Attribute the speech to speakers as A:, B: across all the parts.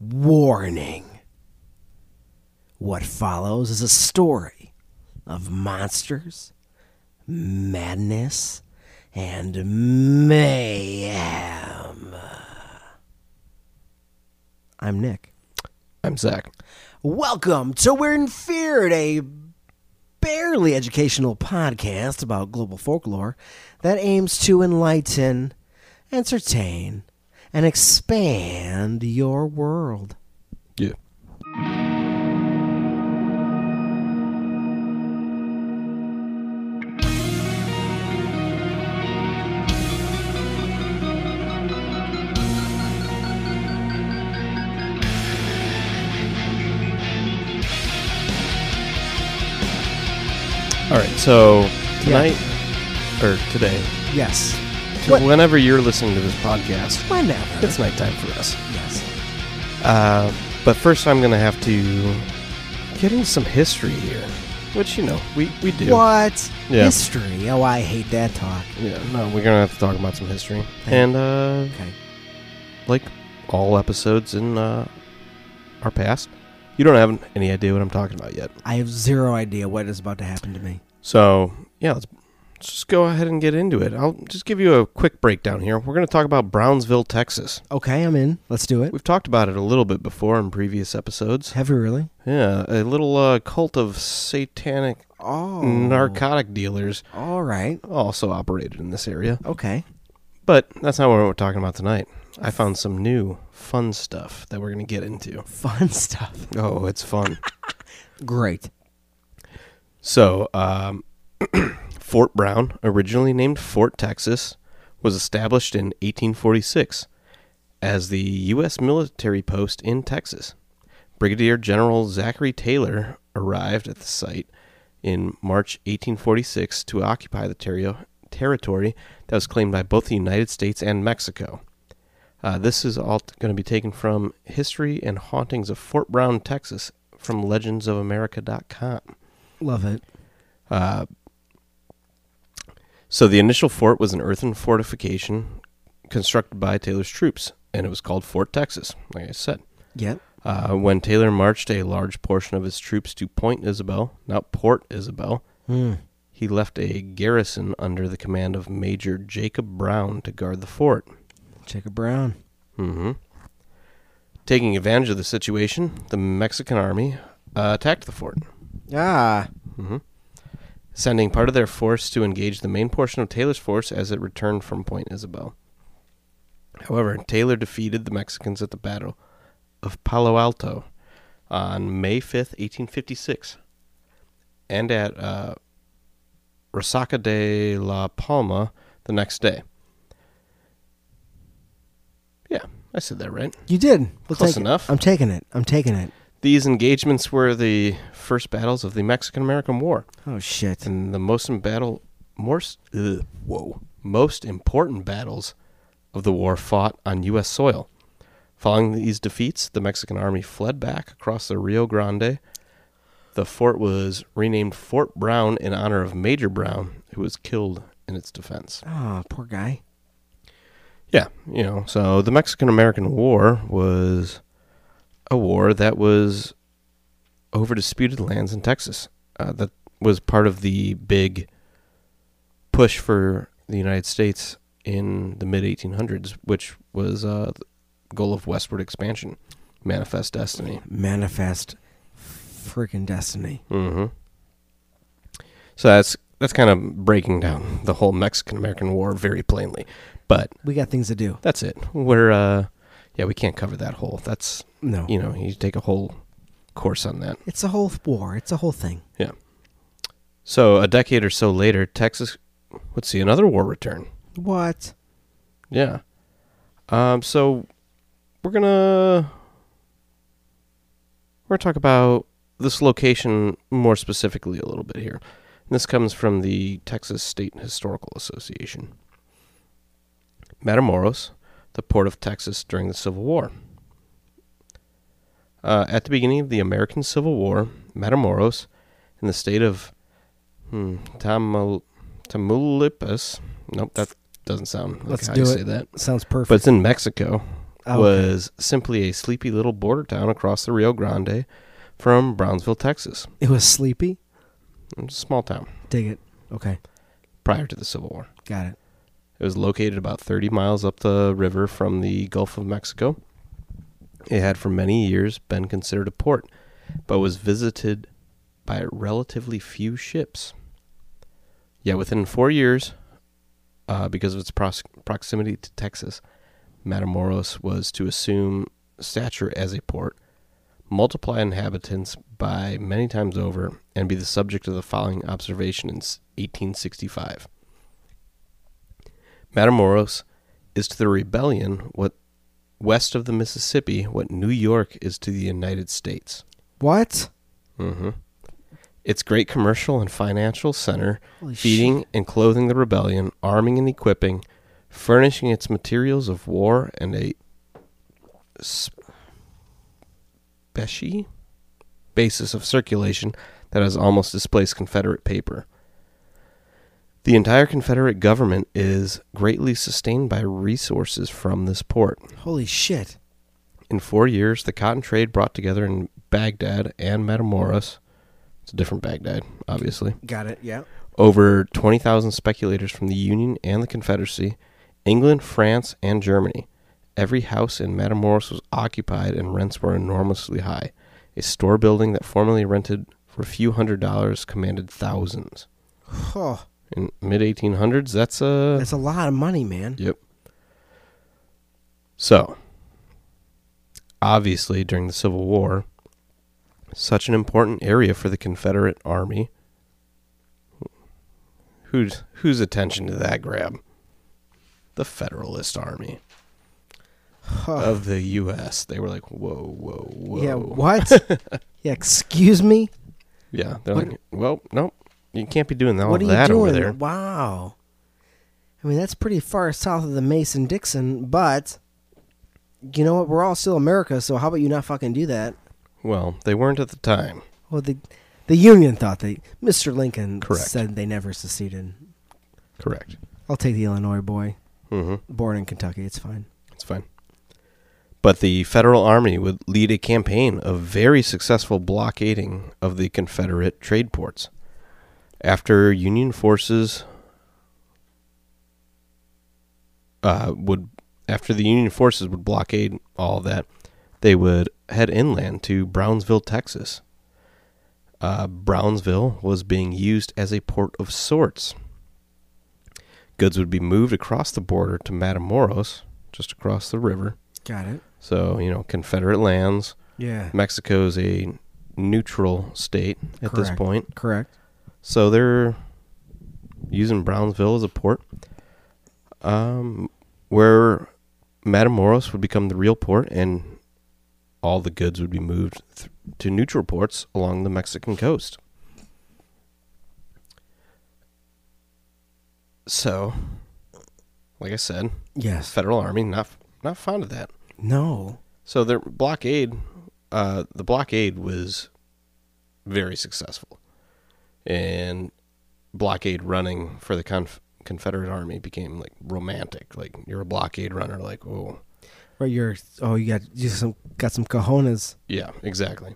A: Warning. What follows is a story of monsters, madness, and mayhem. I'm Nick.
B: I'm Zach.
A: Welcome to We're in Fear, a barely educational podcast about global folklore that aims to enlighten, entertain, and expand your world.
B: Yeah. All right. So tonight or today,
A: Yes.
B: to
A: What-
B: whenever you're listening to this podcast,
A: Whenever.
B: it's nighttime for us.
A: yes.
B: Uh, but first, I'm going to have to get into some history here, which you know we we do.
A: What?
B: Yeah.
A: History. Oh, I hate that talk.
B: Yeah. No, we're going to have to talk about some history,
A: Okay.
B: and uh,
A: Okay.
B: like all episodes in uh, our past, you don't have any idea what I'm talking about yet.
A: I have zero idea what is about to happen to me.
B: So, yeah, let's, let's just go ahead and get into it. I'll just give you a quick breakdown here. We're going to talk about Brownsville, Texas.
A: Okay, I'm in. Let's do it.
B: We've talked about it a little bit before in previous episodes.
A: Have we really?
B: Yeah, a little uh, cult of satanic
A: Oh.
B: narcotic dealers
A: All right.
B: also operated in this area.
A: Okay.
B: But that's not what we're talking about tonight. I found some new fun stuff that we're going to get into.
A: Fun stuff.
B: Oh, it's fun.
A: Great.
B: So, um, Fort Brown, originally named Fort Texas, was established in 1846 as the U.S. military post in Texas. Brigadier General Zachary Taylor arrived at the site in March 1846 to occupy the terri- territory that was claimed by both the United States and Mexico. Uh, this is all going to be taken from History and Hauntings of Fort Brown, Texas, from legendsofamerica.com.
A: Love it.
B: Uh, So the initial fort was an earthen fortification constructed by Taylor's troops, and it was called Fort Texas, like I said.
A: Yep.
B: Uh, when Taylor marched a large portion of his troops to Point Isabel, now Port Isabel,
A: Hmm.
B: he left a garrison under the command of Major Jacob Brown to guard the fort.
A: Jacob Brown.
B: hmm Taking advantage of the situation, the Mexican army uh, attacked the fort.
A: Ah.
B: hmm Sending part of their force to engage the main portion of Taylor's force as it returned from Point Isabel. However, Taylor defeated the Mexicans at the Battle of Palo Alto on May 5th, 1856, and at uh, Resaca de la Palma the next day. Yeah, I said that right.
A: You did. We'll
B: Close
A: take it.
B: enough.
A: I'm taking it. I'm taking it.
B: These engagements were the first battles of the Mexican American War.
A: Oh shit.
B: and the most in battle most ugh, whoa most important battles of the war fought on U.S. soil. Following these defeats, the Mexican army fled back across the Rio Grande. The fort was renamed Fort Brown in honor of Major Brown, who was killed in its defense.
A: Oh, poor guy.
B: Yeah, you know, so the Mexican American War was a war that was over disputed lands in Texas. Uh, that was part of the big push for the United States in the mid 1800s, which was uh, the goal of westward expansion, manifest destiny.
A: Manifest freaking destiny.
B: Mm-hmm. So that's that's kind of breaking down the whole Mexican American War very plainly, but
A: We got things to do.
B: that's it. We're uh yeah, we can't cover that whole. That's
A: No.
B: you know, you take a whole course on that.
A: It's a whole war. It's a whole thing.
B: Yeah. So a decade or so later, Texas would see another war return.
A: What?
B: Yeah. Um so we're gonna we're gonna talk about this location more specifically a little bit here. And this comes from the Texas State Historical Association. Matamoros, the port of Texas during the Civil War. Uh, at the beginning of the American Civil War, Matamoros, in the state of hmm, Tamal- Tamaulipas, nope, that doesn't sound like
A: Let's
B: how
A: do
B: you
A: it.
B: say that,
A: Sounds
B: but
A: perfect. Ah, Oh,
B: it's in Mexico.
A: Okay.
B: was simply a sleepy little border town across the Rio Grande from Brownsville, Texas.
A: It was sleepy.
B: It was a small town
A: Dig it. Okay,
B: prior to the Civil War.
A: got it.
B: It was located about 30 miles up the river from the Gulf of Mexico. It had for many years been considered a port, but was visited by relatively few ships. Yet within four years, uh, because of its pros- proximity to Texas, Matamoros was to assume stature as a port, multiply inhabitants by many times over, and be the subject of the following observation in s- 1865. Matamoros is to the rebellion what west of the Mississippi what New York is to the United States.
A: What?
B: Mm-hmm. Its great commercial and financial center,
A: Holy
B: feeding and clothing the rebellion, arming and equipping, furnishing its materials of war and a specie basis of circulation that has almost displaced Confederate paper. The entire Confederate government is greatly sustained by resources from this port.
A: shit. Holy shit.
B: In four years, the cotton trade brought together in Baghdad and Matamoros, it's a different Baghdad, obviously,
A: Got it. Yeah.
B: over 20,000 speculators from the Union and the Confederacy, England, France, and Germany. Every house in Matamoros was occupied and rents were enormously high. A store building that formerly rented for a few hundred dollars commanded thousands. Uh,
A: Oh,
B: In mid 1800s, that's a
A: that's a lot of money, man.
B: Yep. So, obviously, during the Civil War, such an important area for the Confederate Army. Who's whose attention did that grab? The Federalist Army
A: Huh.
B: of the U.S. They were like, whoa, whoa, Uh, whoa.
A: yeah. What? yeah. Excuse me.
B: Yeah, they're
A: What-
B: like, well, no, you can't be doing all
A: what are you
B: that
A: doing?
B: over there.
A: Wow. I mean, that's pretty far south of the Mason Dixon, but you know what? We're all still America, so how about you not fucking do that?
B: Well, they weren't at the time.
A: Well, the the Union thought they. Mr. Lincoln
B: Correct.
A: said they never seceded.
B: Correct.
A: I'll take the Illinois boy,
B: Mm-hmm.
A: born in Kentucky. It's fine.
B: It's fine. But the Federal Army would lead a campaign of very successful blockading of the Confederate trade ports. After Union forces uh, would, after the Union forces would blockade all that, they would head inland to Brownsville, Texas. Uh, Brownsville was being used as a port of sorts. Goods would be moved across the border to Matamoros, just across the river.
A: Got it.
B: So, you know, Confederate lands.
A: Yeah.
B: Mexico's a neutral state at this
A: Correct.
B: point.
A: Correct.
B: So they're using Brownsville as a port. Um, where Matamoros would become the real port and all the goods would be moved th- to neutral ports along the Mexican coast. So, like I said,
A: Yes.
B: Federal Army not not fond of that.
A: No.
B: So their blockade, uh, the blockade was very successful, and blockade running for the conf- Confederate Army became like romantic. Like you're a blockade runner, like oh
A: Right. You're. Oh, you got you some got some cojones.
B: yeah, exactly.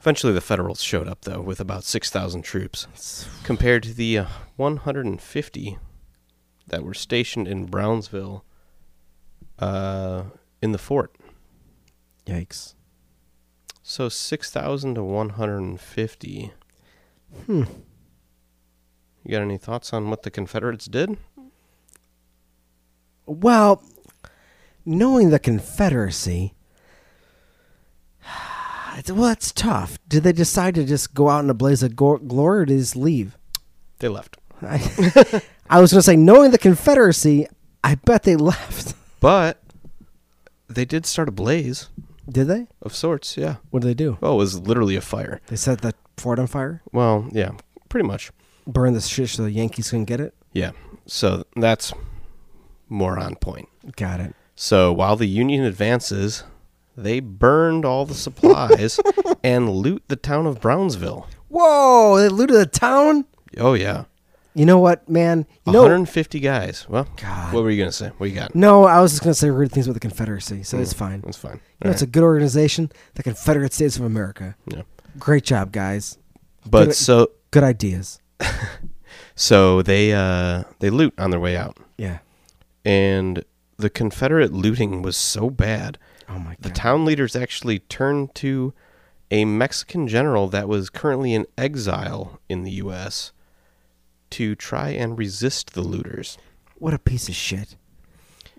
B: Eventually, the Federals showed up though with about six thousand troops, compared to the uh, one hundred and fifty that were stationed in Brownsville, uh, in the fort.
A: Yikes.
B: So six thousand to one hundred and fifty.
A: Hmm.
B: You got any thoughts on what the Confederates did?
A: Well, knowing the Confederacy, it's, well, it's tough. Did they decide to just go out in a blaze of go- glory or just leave?
B: They left,
A: I, I was going to say, knowing the Confederacy, I bet they left.
B: but they did start a blaze
A: Did they?
B: of sorts. Yeah.
A: What did they do?
B: Well, it was literally a fire.
A: They set the fort on fire,
B: Well, yeah, pretty much.
A: burn the shit so the Yankees couldn't get it.
B: Yeah. So that's more on point.
A: Got it.
B: So while the Union advances, they burned all the supplies and loot the town of Brownsville.
A: Whoa, they looted the town?
B: Oh yeah.
A: You know what, man? You know,
B: 150 guys. Well,
A: God.
B: what were you gonna say? What you got?
A: no, I was just gonna say weird things about the Confederacy, so
B: Hmm.
A: it's fine.
B: That's fine.
A: You know, it's a good organization, the Confederate States of America.
B: Yeah.
A: Great job, guys.
B: but
A: good-
B: so
A: Good ideas.
B: so they uh they loot on their way out,
A: Yeah.
B: and the Confederate looting was so bad,
A: Oh my
B: the
A: god.
B: town leaders actually turned to a Mexican general that was currently in exile in the U.S. to try and resist the looters.
A: what a piece of shit.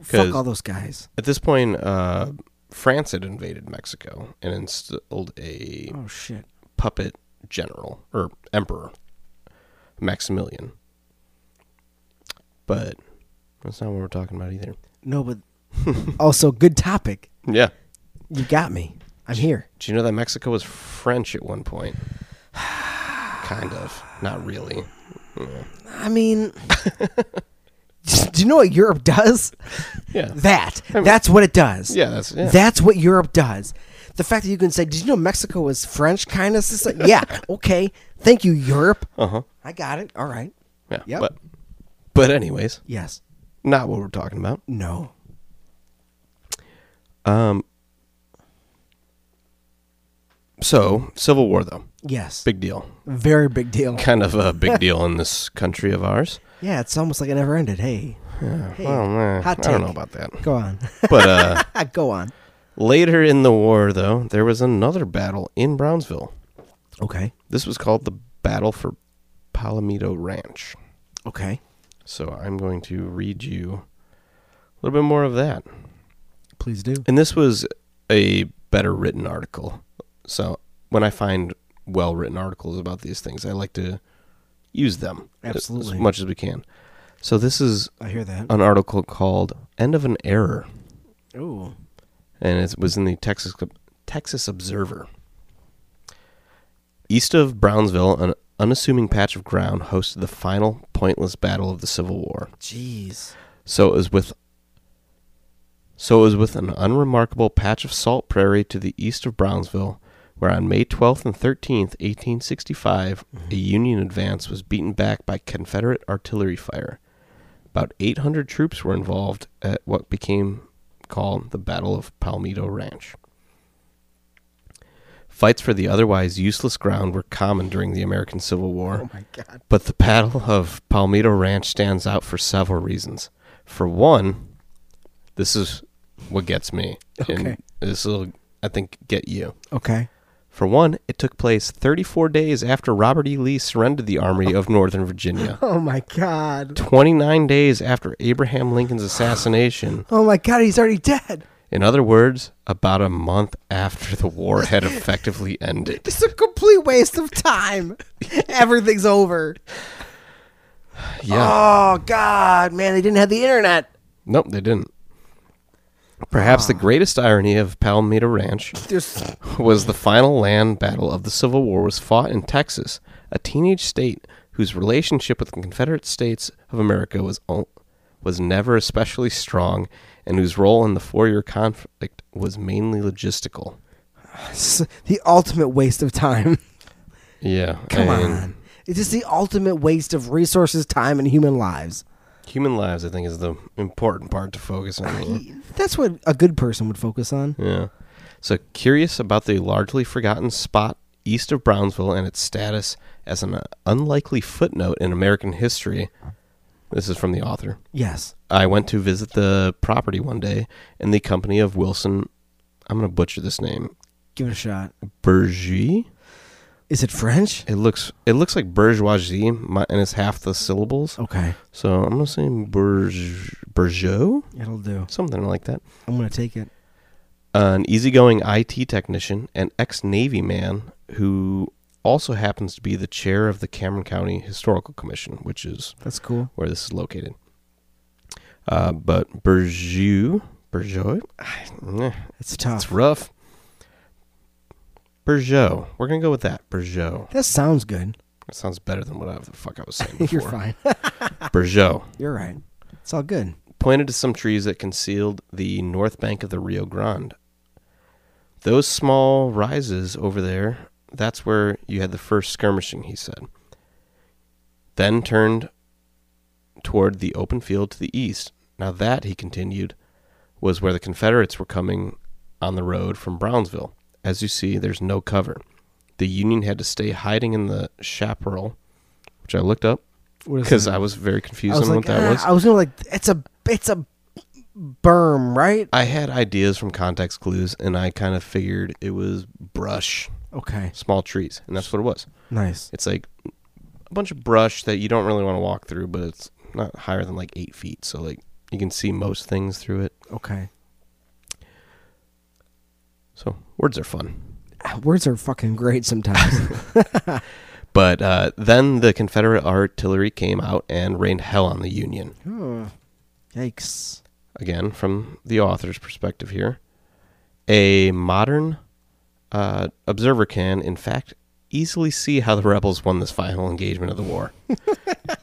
B: 'Cause-
A: Fuck all those guys.
B: At this point, uh, France had invaded Mexico and installed a
A: Oh shit.
B: puppet general or emperor, Maximilian. But that's not what we're talking about either.
A: No, but also good topic.
B: Yeah.
A: You got me. I'm here.
B: Do you know that Mexico was French at one point? kind of. Not really.
A: I mean, do you know what Europe does?
B: Yeah.
A: That. That's what it does.
B: Yeah, that's- yeah.
A: That's what Europe does. The fact that you can say, "Did you know Mexico was French?" Kind of, like, yeah, okay, thank you, Europe.
B: Uh huh.
A: I got it. All right.
B: Yeah.
A: Yep.
B: But, but, anyways,
A: Yes.
B: not what we're talking about.
A: No.
B: So, Civil War, though.
A: Yes.
B: Big deal.
A: Very big deal.
B: Kind of a big deal in this country of ours.
A: Yeah, it's almost like it never ended. Hey. Hey,
B: Well, eh,
A: hot
B: I don't
A: take.
B: know about that.
A: Go on.
B: But, uh,.
A: Go on.
B: Later in the war, though, there was another battle in Brownsville.
A: Okay.
B: This was called the Battle for Palomito Ranch.
A: Okay.
B: So I'm going to read you a little bit more of that.
A: Please do.
B: And this was a better written article. So when I find well written articles about these things, I like to use them
A: Absolutely.
B: as much as we can. So this is
A: I hear that.
B: an article called End of an Error.
A: Ooh.
B: and it was in the Texas Texas Observer. East of Brownsville, an unassuming patch of ground hosted the final pointless battle of the Civil War.
A: Jeez.
B: So it was with so it was with an unremarkable patch of salt prairie to the east of Brownsville, where on May 12th and 13th, 1865, a Union advance was beaten back by Confederate artillery fire. About 800 troops were involved at what became called the Battle of Palmito Ranch. Fights for the otherwise useless ground were common during the American Civil War.
A: Oh my God.
B: But the Battle of Palmito Ranch stands out for several reasons. For one, this is what gets me.
A: Okay.
B: And this will, I think, get you.
A: Okay.
B: For one, it took place 34 days after Robert E. Lee surrendered the Army of Northern Virginia,
A: Oh my God.
B: 29 days after Abraham Lincoln's assassination.
A: Oh my God. He's already dead.
B: In other words, about a month after the war had effectively ended.
A: It's a complete waste of time. Everything's over.
B: Yeah.
A: Oh God, man, they didn't have the internet.
B: Nope, they didn't. Perhaps the greatest irony of Palmito Ranch
A: There's
B: was the final land battle of the Civil War was fought in Texas, a teenage state whose relationship with the Confederate States of America was o- was never especially strong and whose role in the four-year conflict was mainly logistical.
A: the ultimate waste of time.
B: Yeah.
A: Come
B: and
A: on. It's just the ultimate waste of resources, time, and human lives.
B: Human lives I think is the important part to focus on. here.
A: That's what a good person would focus on.
B: Yeah. So curious about the largely forgotten spot east of Brownsville and its status as an unlikely footnote in American history. This is from the author.
A: Yes.
B: I went to visit the property one day in the company of Wilson. I'm going to butcher this name.
A: Give it a shot.
B: Bourgie.
A: Is it French?
B: It looks it looks like bourgeoisie, my, and it's half the syllables.
A: Okay.
B: So I'm going to say bourge, bourgeois,
A: It'll do.
B: something like that.
A: I'm gonna take it.
B: an easygoing IT technician, an ex Navy man who also happens to be the chair of the Cameron County Historical Commission, which is
A: That's cool.
B: where this is located. Uh, but Berjou, Berjou, I- eh,
A: It's tough.
B: it's rough. Berjou, we're gonna go with that. Berjou.
A: That sounds good.
B: That sounds better than whatever the fuck I was saying.
A: You're
B: before.
A: fine.
B: Berjou
A: You're right. It's all good.
B: pointed to some trees that concealed the north bank of the Rio Grande. Those small rises over there, that's where you had the first skirmishing, he said. Then turned toward the open field to the east. Now, that, he continued, was where the Confederates were coming on the road from Brownsville. As you see, there's no cover. The Union had to stay hiding in the chaparral, which I looked up
A: What is
B: because
A: that?
B: I was very confused
A: I was
B: on
A: like,
B: what that
A: "Ah,"
B: was.
A: I was gonna like, it's a it's a berm, right?
B: I had ideas from context clues, and I kind of figured it was brush,
A: Okay,
B: small trees, and that's what it was.
A: nice.
B: It's like a bunch of brush that you don't really want to walk through, but it's not higher than like eight feet, so like you can see most things through it.
A: Okay,
B: So words are fun.
A: Ah, words are fucking great sometimes.
B: But uh, then the Confederate artillery came out and rained hell on the Union.
A: Hmm. Yikes!
B: Again, from the author's perspective here, a modern uh, observer can, in fact, easily see how the rebels won this final engagement of the war.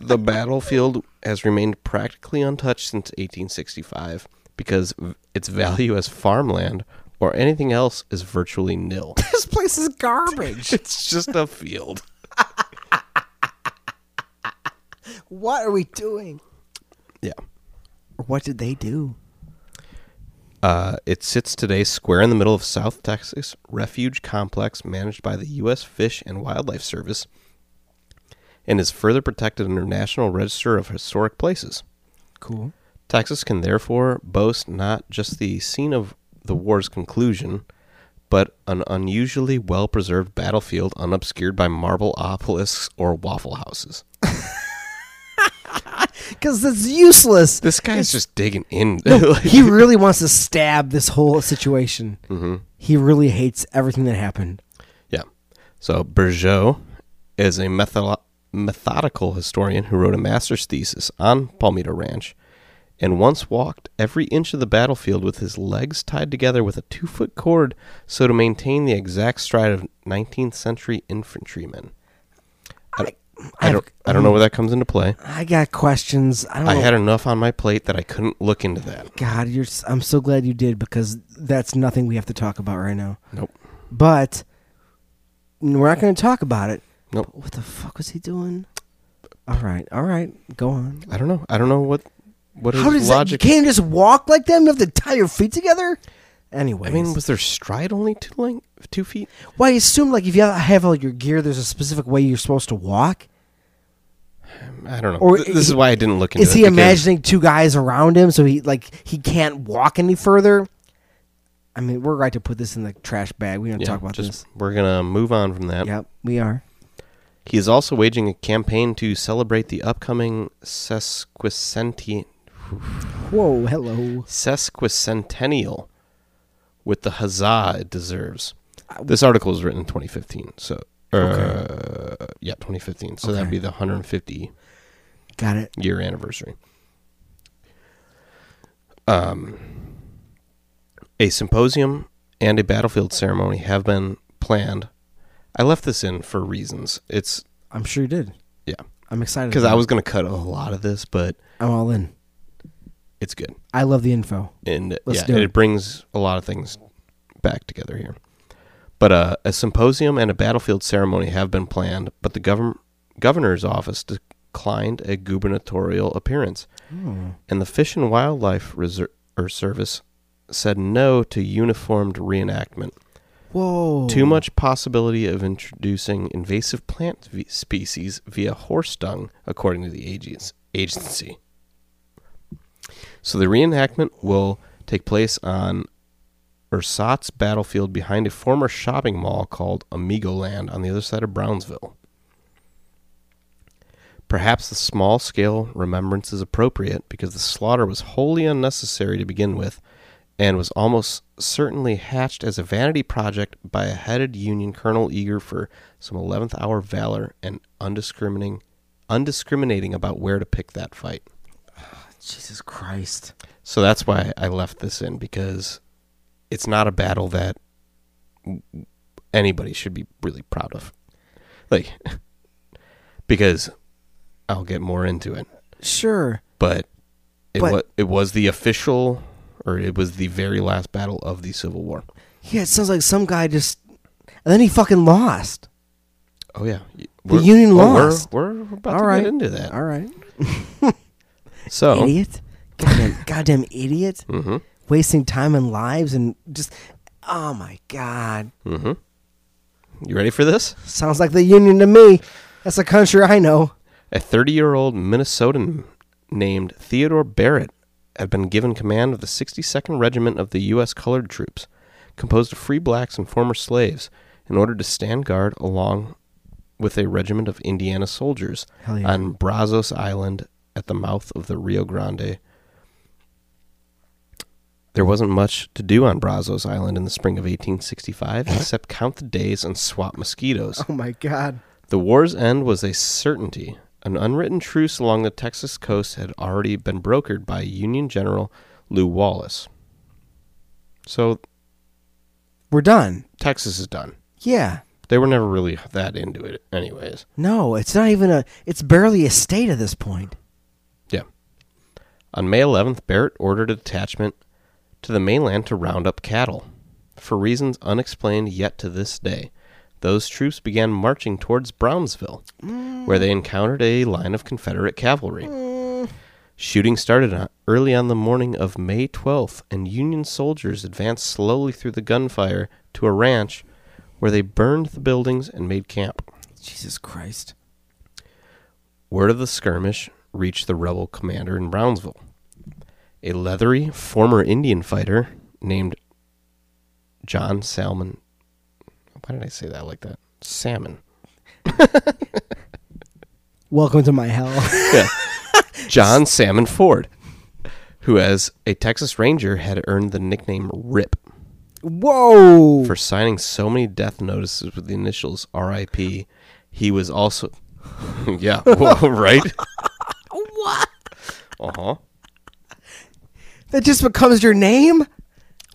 B: the battlefield has remained practically untouched since 1865 because v- its value as farmland or anything else is virtually nil.
A: This place is garbage.
B: it's just a field.
A: what are we doing?
B: Yeah.
A: Or What did they do?
B: Uh, it sits today square in the middle of South Texas Refuge Complex, managed by the U.S. Fish and Wildlife Service, and is further protected under National Register of Historic Places.
A: Cool.
B: Texas can therefore boast not just the scene of the war's conclusion, but an unusually well preserved battlefield unobscured by marble obelisks or waffle houses.
A: Because it's useless.
B: This guy's just digging in.
A: he really wants to stab this whole situation. He really hates everything that happened.
B: Yeah. So Bergeau is a method- methodical historian who wrote a master's thesis on Palmito Ranch and once walked every inch of the battlefield with his legs tied together with a two foot cord so to maintain the exact stride of 19th century infantrymen. I, I don't, I don't know where that comes into play.
A: I got questions. I don't
B: I
A: know.
B: had enough on my plate that I couldn't look into that.
A: God, you're. s- I'm so glad you did because that's nothing we have to talk about right now.
B: Nope.
A: But we're not going to talk about it.
B: Nope.
A: But What the fuck was he doing? All right, all right, go on.
B: I don't know. I don't know what what
A: How
B: his
A: does that? You
B: logic.
A: can't just walk like them. You have to tie your feet together. Anyway,
B: I mean, was their stride only two length, two feet?
A: Well, I assume like if you have all your gear, there's a specific way you're supposed to walk.
B: I don't know.
A: Or
B: Th- this is why I didn't look into
A: Is
B: it
A: he
B: because
A: imagining two guys around him so he like he can't walk any further? I mean, we're right to put this in the trash bag. We don't
B: Yeah,
A: talk about
B: just-
A: this.
B: We're gonna move on from that.
A: Yep, we are.
B: He is also waging a campaign to celebrate the upcoming sesquicentennial,
A: Whoa, hello.
B: sesquicentennial with the huzzah it deserves. Uh, This article was written in 2015, so uh, yeah, 2015. So that'd
A: Okay.
B: be the 150
A: Got it.
B: year anniversary. Um, a symposium and a battlefield ceremony have been planned. I left this in for reasons. It's
A: I'm sure you did.
B: yeah,
A: I'm excited
B: because
A: about
B: I
A: it.
B: was going to cut a lot of this, but
A: I'm all in.
B: it's good,
A: I love the info.
B: and
A: Let's do
B: yeah, it.
A: it.
B: brings a lot of things back together here. But uh, a symposium and a battlefield ceremony have been planned, but the govern- governor's office declined a gubernatorial appearance. and the Fish and Wildlife Reser- or Service said no to uniformed reenactment.
A: Whoa.
B: Too much possibility of introducing invasive plant v- species via horse dung, according to the agency- agency. So the reenactment will take place on Ersatz battlefield behind a former shopping mall called Amigo Land on the other side of Brownsville. Perhaps the small scale remembrance is appropriate because the slaughter was wholly unnecessary to begin with and was almost certainly hatched as a vanity project by a headed Union colonel eager for some 11th hour valor and undiscriminating, undiscriminating about where to pick that fight.
A: Jesus Christ.
B: So that's why I left this in because it's not a battle that anybody should be really proud of. Like, because I'll get more into it,
A: Sure.
B: but it
A: But-
B: was it was the official or it was the very last battle of the Civil War.
A: Yeah, it sounds like some guy just and then he fucking lost.
B: Oh yeah, the
A: Union
B: we're,
A: lost.
B: We're, we're about
A: Uh, All
B: to
A: right.
B: get into that.
A: All right.
B: So,
A: idiot. Goddamn, goddamn idiot.
B: hmm
A: Wasting time and lives and just, oh my God.
B: hmm mm-hmm. You ready for this?
A: Sounds like the Union to me. That's a country I know.
B: A 30 year old Minnesotan named Theodore Barrett had been given command of the 62nd Regiment of the U.S. Colored Troops, composed of free blacks and former slaves, in order to stand guard along with a regiment of Indiana soldiers
A: Hell yeah.
B: on Brazos Island at the mouth of the Rio Grande. There wasn't much to do on Brazos Island in the spring of 1865 except count the days and swat mosquitoes.
A: Oh my God.
B: The war's end was a certainty. An unwritten truce along the Texas coast had already been brokered by Union General Lew Wallace. So
A: We're done.
B: Texas is done.
A: Yeah.
B: They were never really that into it, anyways.
A: No, it's not even a, it's barely a state at this point.
B: Yeah. On May 11th, Barrett ordered a detachment to the mainland to round up cattle. For reasons unexplained yet to this day, those troops began marching towards Brownsville, where they encountered a line of Confederate cavalry. Shooting started on- early on the morning of May 12th, and Union soldiers advanced slowly through the gunfire to a ranch where they burned the buildings and made camp.
A: Jesus Christ.
B: Word of the skirmish reached the rebel commander in Brownsville. A leathery former Indian fighter named John Salmon. Why did I say that like that? Salmon.
A: Welcome to my hell.
B: Yeah. John Salmon Ford, who as a Texas Ranger had earned the nickname Rip
A: Whoa.
B: for signing so many death notices with the initials RIP. He was also Yeah, well, right?
A: what?
B: Uh-huh.
A: That just becomes your name?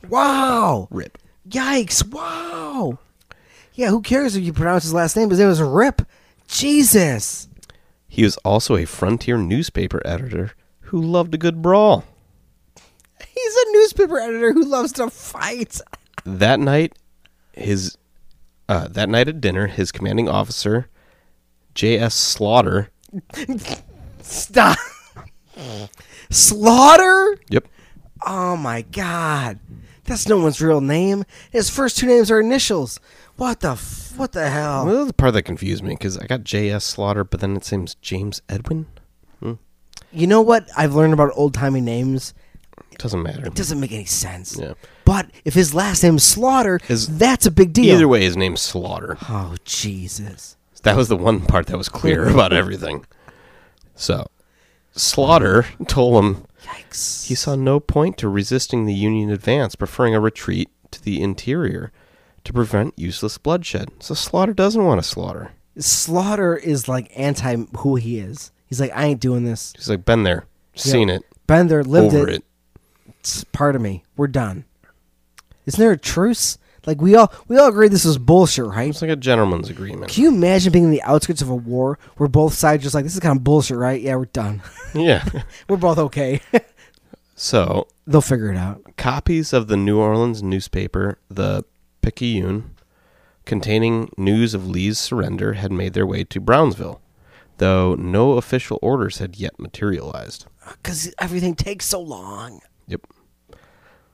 A: Wow.
B: Rip.
A: Yikes. Wow. Yeah, who cares if you pronounce his last name? His name was Rip. Jesus.
B: He was also a frontier newspaper editor who loved a good brawl.
A: He's a newspaper editor who loves to fight.
B: That night, his uh, that night at dinner, his commanding officer, J.S. Slaughter,
A: Stop. Slaughter?
B: yep,
A: Oh my god. That's no one's real name. His first two names are initials. What the f- what the hell?
B: well, that's the part that confused me because I got J.S. Slaughter, but then it seems James Edwin.
A: You know what I've learned about old-timey names?
B: Doesn't matter.
A: Doesn't make any sense.
B: Yeah.
A: But if his last name's Slaughter,
B: His-
A: that's a big deal.
B: Either way, his name's Slaughter.
A: Oh Jesus.
B: That was the one part that was clear about everything. So, Slaughter told him
A: Yikes.
B: He saw no point to resisting the Union advance, preferring a retreat to the interior to prevent useless bloodshed. So Slaughter doesn't want to slaughter.
A: Slaughter is like anti who he is. He's like, I ain't doing this.
B: He's like, been there, seen
A: Yeah.
B: it,
A: Been there, lived
B: over it.
A: it. It's part of me. We're done. Isn't there a truce? Like we all we all agreed this was bullshit, right?
B: It's like a gentleman's agreement.
A: Can you imagine being in the outskirts of a war where both sides just like this is kind of bullshit, right? Yeah, we're done.
B: yeah.
A: we're both okay.
B: So
A: They'll figure it out.
B: copies of the New Orleans newspaper, the Picayune, containing news of Lee's surrender, had made their way to Brownsville, though no official orders had yet materialized.
A: Cause everything takes so long.
B: Yep.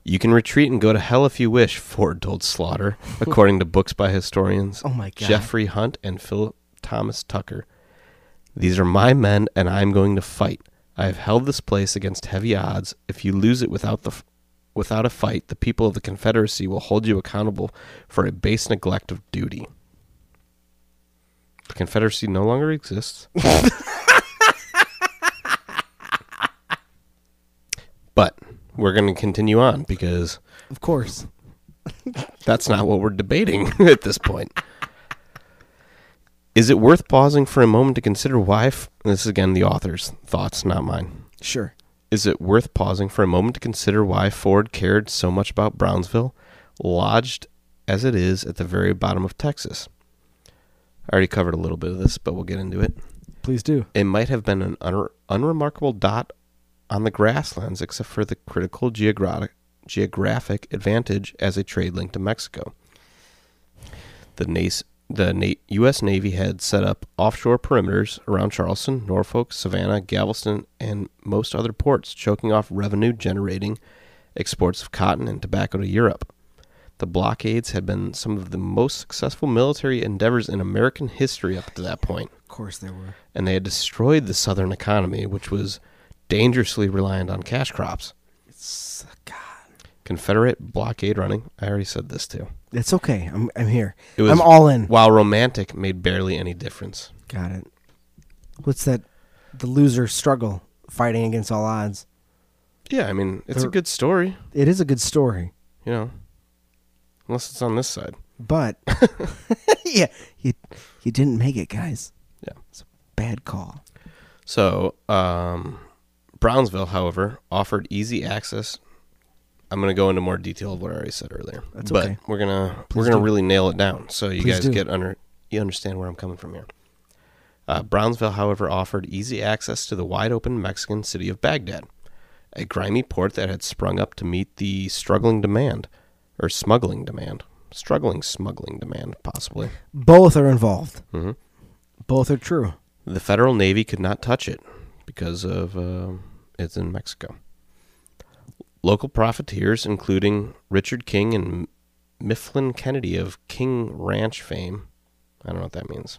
B: You can retreat and go to hell if you wish, Ford told Slaughter, according to books by historians
A: Oh my God.
B: Jeffrey Hunt and Philip Thomas Tucker. These are my men, and I'm going to fight. I have held this place against heavy odds. If you lose it without the, f- without a fight, the people of the Confederacy will hold you accountable for a base neglect of duty. The Confederacy no longer exists. but we're going to continue on because
A: Of course.
B: that's not what we're debating at this point. Is it worth pausing for a moment to consider why? F- this is again the author's thoughts, not mine.
A: Sure.
B: Is it worth pausing for a moment to consider why Ford cared so much about Brownsville, lodged as it is at the very bottom of Texas? I already covered a little bit of this, but we'll get into it.
A: Please do.
B: It might have been an unre unremarkable dot on the grasslands, except for the critical geogra- geographic advantage as a trade link to Mexico. The nas- the Na- U.S. Navy had set up offshore perimeters around Charleston, Norfolk, Savannah, Galveston, and most other ports, choking off revenue generating exports of cotton and tobacco to Europe. The blockades had been some of the most successful military endeavors in American history up to that point,
A: Of course there were.
B: and they had destroyed the Southern economy, which was dangerously reliant on cash crops.
A: It's, God.
B: Confederate blockade running, I already said this too.
A: It's okay. I'm, I'm here.
B: It was-
A: I'm all in.
B: While romantic made barely any difference.
A: Got it. What's that? The loser struggle, fighting against all odds.
B: Yeah, I mean, it's a
A: They're-
B: good story,
A: It is a good story,
B: you know. Unless it's on this side.
A: but yeah, you you didn't make it, guys.
B: Yeah.
A: It's a bad call.
B: So, um, Brownsville, however, offered easy access. I'm going to go into more detail of what I already said earlier.
A: That's
B: but
A: okay.
B: we're going to
A: Please
B: we're going
A: do.
B: to really nail it down so you
A: Please
B: guys
A: do.
B: get under you understand where I'm coming from here. Uh, Brownsville, however, offered easy access to the wide open Mexican city of Baghdad, a grimy port that had sprung up to meet the struggling demand or smuggling demand. Struggling smuggling demand possibly.
A: Both are involved.
B: Mhm.
A: Both are true.
B: The federal navy could not touch it because of uh, it's in Mexico. Local profiteers, including Richard King and Mifflin Kennedy of King Ranch fame, I don't know what that means.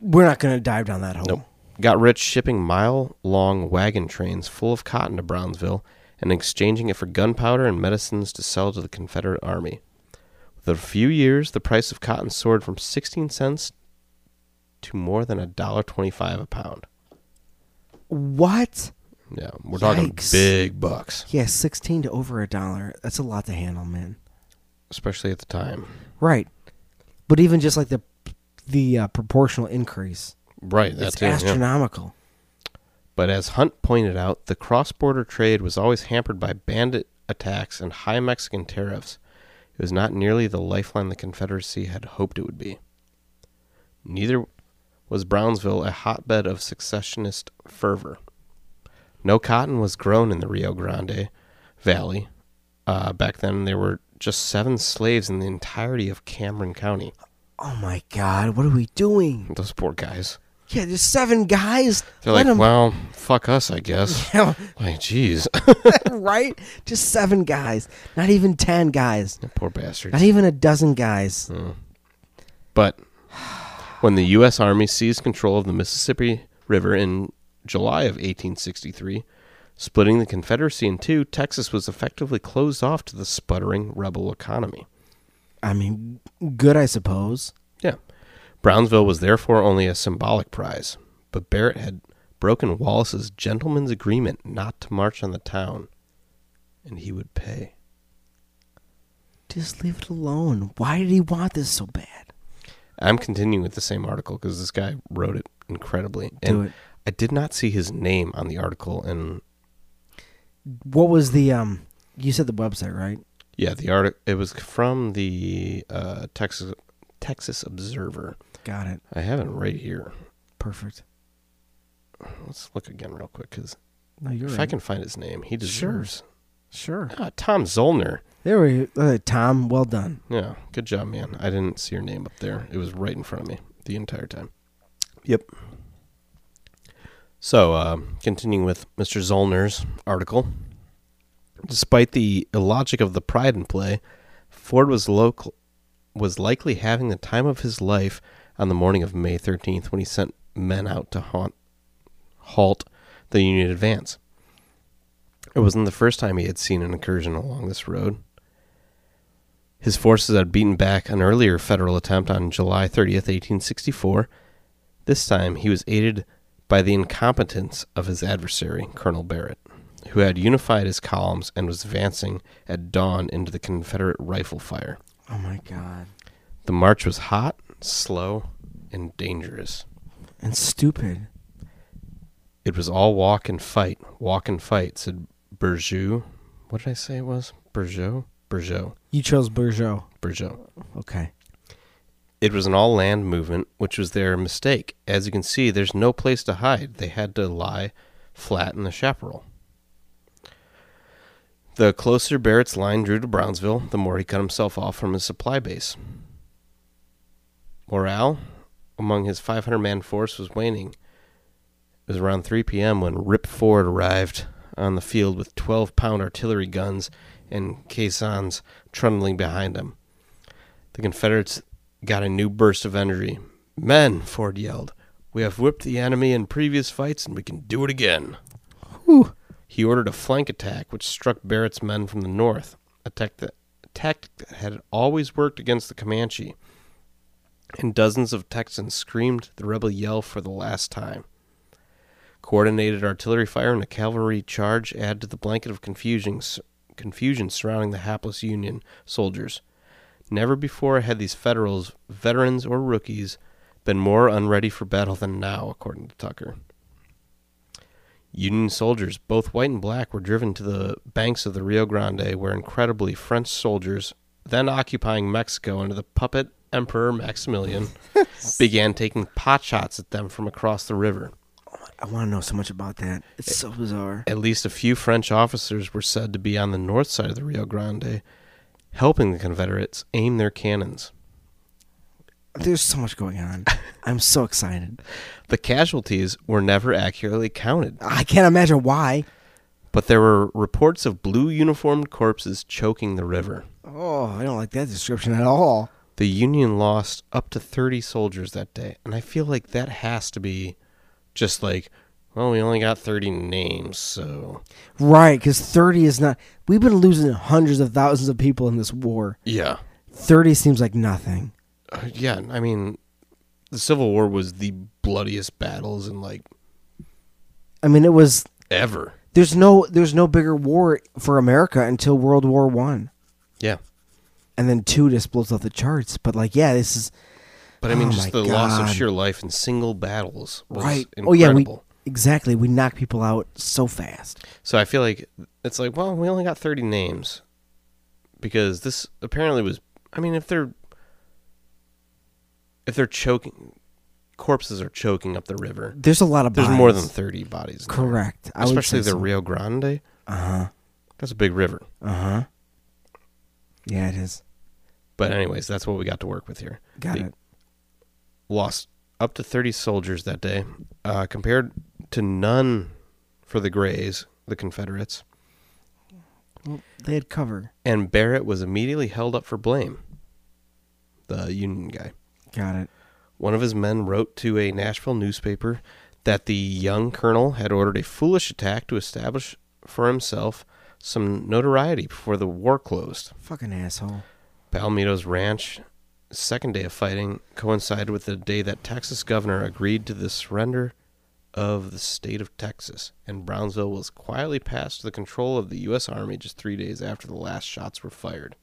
A: We're not going to dive down that hole.
B: Nope. Got rich shipping mile-long wagon trains full of cotton to Brownsville and exchanging it for gunpowder and medicines to sell to the Confederate Army. Within a few years, the price of cotton soared from 16 cents to more than a dollar twenty-five a pound.
A: What?
B: Yeah, we're talking
A: Yikes.
B: big bucks,
A: Yeah, sixteen to over a dollar. That's a lot to handle, man.
B: especially at the time.
A: Right. But even just like the the uh, proportional increase,
B: Right, that
A: it's
B: too. yeah.
A: astronomical.
B: But as Hunt pointed out, the cross-border trade was always hampered by bandit attacks and high Mexican tariffs. It was not nearly the lifeline the Confederacy had hoped it would be. Neither was Brownsville a hotbed of secessionist fervor. No cotton was grown in the Rio Grande Valley. Uh, back then, there were just seven slaves in the entirety of Cameron County.
A: Oh my God! What are we doing?
B: Those poor guys.
A: Yeah, there's seven guys.
B: They're
A: Let
B: like,
A: 'em-
B: well, fuck us, I guess.
A: Yeah,
B: Like, jeez.
A: right? Just seven guys. Not even ten guys.
B: Poor bastards.
A: Not even a dozen guys.
B: Hmm. But when the U.S. Army seized control of the Mississippi River in July of 1863, splitting the Confederacy in two, Texas was effectively closed off to the sputtering rebel economy.
A: I mean, good, I suppose.
B: Yeah. Brownsville was therefore only a symbolic prize, but Barrett had broken Wallace's gentleman's agreement not to march on the town, and he would pay.
A: Just leave it alone. Why did he want this so bad?
B: I'm continuing with the same article because this guy wrote it incredibly.
A: Do
B: and
A: it.
B: I did not see his name on the article, and
A: What was the um? You said the website, right?
B: yeah, the article it was from the uh, Texas Texas Observer.
A: Got it.
B: I have it right here.
A: Perfect.
B: Let's look again real quick because
A: No, you're
B: if
A: right.
B: I can find his name, he
A: Sure.
B: deserves.
A: Sure.
B: Ah, Tom Zollner.
A: There we go. Uh, Tom, well done.
B: Yeah, good job, man. I didn't see your name up there. It was right in front of me the entire time. Yep. So, um, continuing with Mr. Zollner's article. Despite the illogic of the pride in play, Ford was local was likely having the time of his life on the morning of May 13th when he sent men out to haunt, halt the Union advance. It wasn't the first time he had seen an incursion along this road. His forces had beaten back an earlier federal attempt on July 30th, 1864. This time he was aided by the incompetence of his adversary, Colonel Barrett, who had unified his columns and was advancing at dawn into the Confederate rifle fire.
A: Oh my God.
B: The march was hot, slow, and dangerous.
A: And stupid.
B: It was all walk and fight, walk and fight, said Bergeau. What did I say it was? Bergeau? Bergeau.
A: You chose Bergeau.
B: Bergeau.
A: Okay.
B: It was an all land movement, which was their mistake. As you can see, there's no place to hide. They had to lie flat in the chaparral. The closer Barrett's line drew to Brownsville, the more he cut himself off from his supply base. Morale among his 500 man force was waning. It was around 3 p.m. when Rip Ford arrived on the field with 12 pound artillery guns and caissons trundling behind him. The Confederates got a new burst of energy. Men, Ford yelled, we have whipped the enemy in previous fights and we can do it again.
A: Whew.
B: He ordered a flank attack, which struck Barrett's men from the north, a, tech that, a tactic that had always worked against the Comanche, and dozens of Texans screamed the rebel yell for the last time. Coordinated artillery fire and a cavalry charge add to the blanket of confusion, confusion surrounding the hapless Union soldiers. Never before had these Federals, veterans or rookies, been more unready for battle than now, according to Tucker. Union soldiers, both white and black, were driven to the banks of the Rio Grande, where incredibly French soldiers, then occupying Mexico under the puppet Emperor Maximilian, began taking potshots at them from across the river.
A: Oh I want to know so much about that.
B: Eh.
A: It's so bizarre.
B: At least a few French officers were said to be on the north side of the Rio Grande, helping the Confederates aim their cannons.
A: There's so much going on. I'm so excited.
B: The casualties were never accurately counted,
A: I can't imagine why.
B: but there were reports of blue uniformed corpses choking the river.
A: Oh, I don't like that description at all.
B: The Union lost up to 30 soldiers that day, and I feel like that has to be just like, well, we only got 30 names, so.
A: Right, because 30 is not. We've been losing hundreds of thousands of people in this war.
B: Yeah.
A: 30 seems like nothing.
B: Uh, yeah, I mean, the Civil War was the bloodiest battles in like
A: I mean, it was.
B: ever.
A: There's no. There's no bigger war for America until World War One,
B: Yeah.
A: and then two just blows off the charts. But like, yeah, this is
B: But I mean,
A: Oh
B: just
A: my
B: the loss of
A: God.
B: sheer life in single battles was
A: right.
B: incredible.
A: Oh yeah, we exactly. We knock people out so fast.
B: So I feel like it's like, well, we only got 30 names because this apparently was I mean, if they're if they're choking corpses are choking up the river.
A: There's a lot of.
B: There's
A: bodies.
B: more than 30 bodies. in there.
A: correct. I
B: Especially
A: would
B: the
A: say
B: Rio Grande.
A: Uh huh.
B: That's a big river.
A: Uh huh. Yeah, it is.
B: But anyways, that's what we got to work with here.
A: Got
B: The-
A: it.
B: lost up to 30 soldiers that day, uh, compared to none for the Greys, the Confederates.
A: Well, they had cover.
B: And Barrett was immediately held up for blame, the Union guy.
A: Got it.
B: One of his men wrote to a Nashville newspaper that the young colonel had ordered a foolish attack to establish for himself some notoriety before the war closed.
A: Fucking asshole.
B: Palomito's ranch, second day of fighting, coincided with the day that Texas governor agreed to the surrender of the state of Texas, and Brownsville was quietly passed to the control of the U.S. Army just three days after the last shots were fired.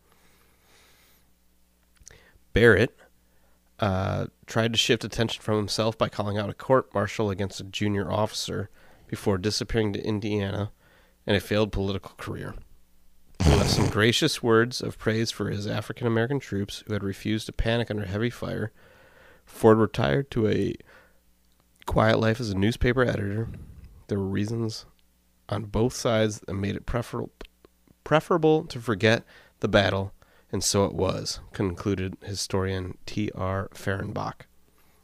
B: Barrett uh, tried to shift attention from himself by calling out a court martial against a junior officer before disappearing to Indiana and a failed political career. He left some gracious words of praise for his African American troops who had refused to panic under heavy fire. Ford retired to a quiet life as a newspaper editor. There were reasons on both sides that made it prefer- preferable to forget the battle, and so it was, concluded historian T.R. Fehrenbach.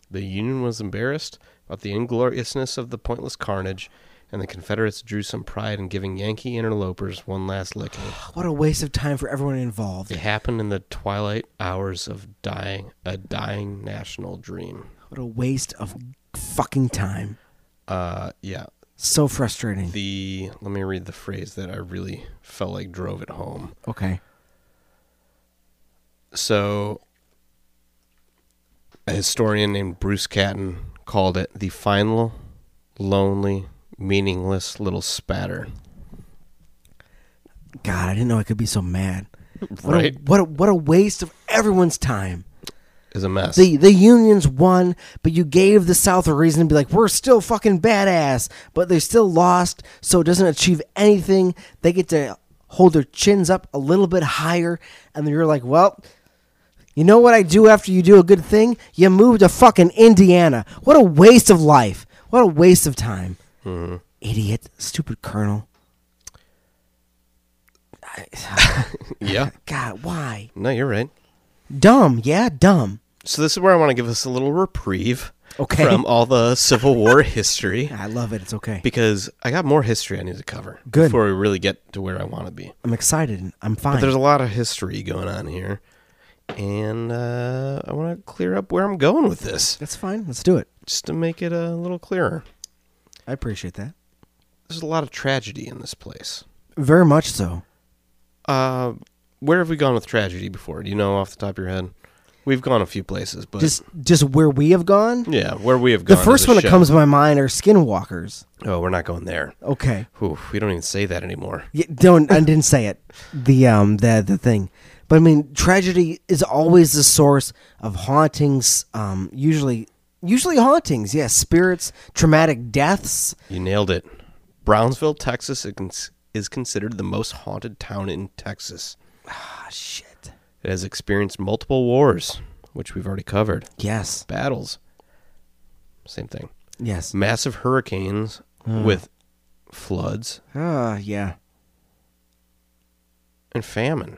B: The Union was embarrassed about the ingloriousness of the pointless carnage, and the Confederates drew some pride in giving Yankee interlopers one last licking.
A: What a waste of time for everyone involved.
B: It happened in the twilight hours of dying a dying national dream.
A: What a waste of fucking time.
B: Uh yeah.
A: So frustrating.
B: The let me read the phrase that I really felt like drove it home.
A: Okay.
B: So a historian named Bruce Catton called it the final lonely meaningless little spatter.
A: God, I didn't know I could be so mad. What
B: Right.
A: A, what a, what a waste of everyone's time.
B: Is a mess.
A: The the unions won, but you gave the South a reason to be like, we're still fucking badass, but they still lost, so it doesn't achieve anything. They get to hold their chins up a little bit higher, and then you're like, well, you know what I do after you do a good thing? You move to fucking Indiana. What a waste of life. What a waste of time. Idiot, stupid colonel. I-
B: yeah.
A: God, why?
B: No, you're right.
A: Dumb, yeah, dumb.
B: So this is where I want to give us a little reprieve
A: Okay.
B: from all the Civil War history
A: I love it. It's okay.
B: because I got more history I need to cover
A: Good.
B: before we really get to where I want to be.
A: I'm excited. I'm
B: But
A: fine.
B: there's a lot of history going on here, and uh, I want to clear up where I'm going with this
A: That's fine. Let's do it.
B: just to make it a little clearer.
A: I appreciate that.
B: There's a lot of tragedy in this place.
A: Very much so.
B: Uh, where have we gone with tragedy before? Do you know off the top of your head? We've gone a few places, but
A: Just just where we have gone.
B: yeah, where we have
A: The
B: gone.
A: first
B: as a
A: one that
B: show-
A: comes to my mind are skinwalkers.
B: Oh, we're not going there.
A: Okay.
B: Whew, we don't even say that anymore.
A: Yeah, don't I didn't say it. The um the the thing, but I mean tragedy is always the source of hauntings. Um, usually usually hauntings. Yes, spirits, traumatic deaths.
B: You nailed it. Brownsville, Texas is cons- is considered the most haunted town in Texas.
A: Ah shit.
B: It has experienced multiple wars, which we've already covered.
A: Yes.
B: Battles. Same thing.
A: Yes.
B: Massive hurricanes with floods
A: Ah yeah.
B: and famine.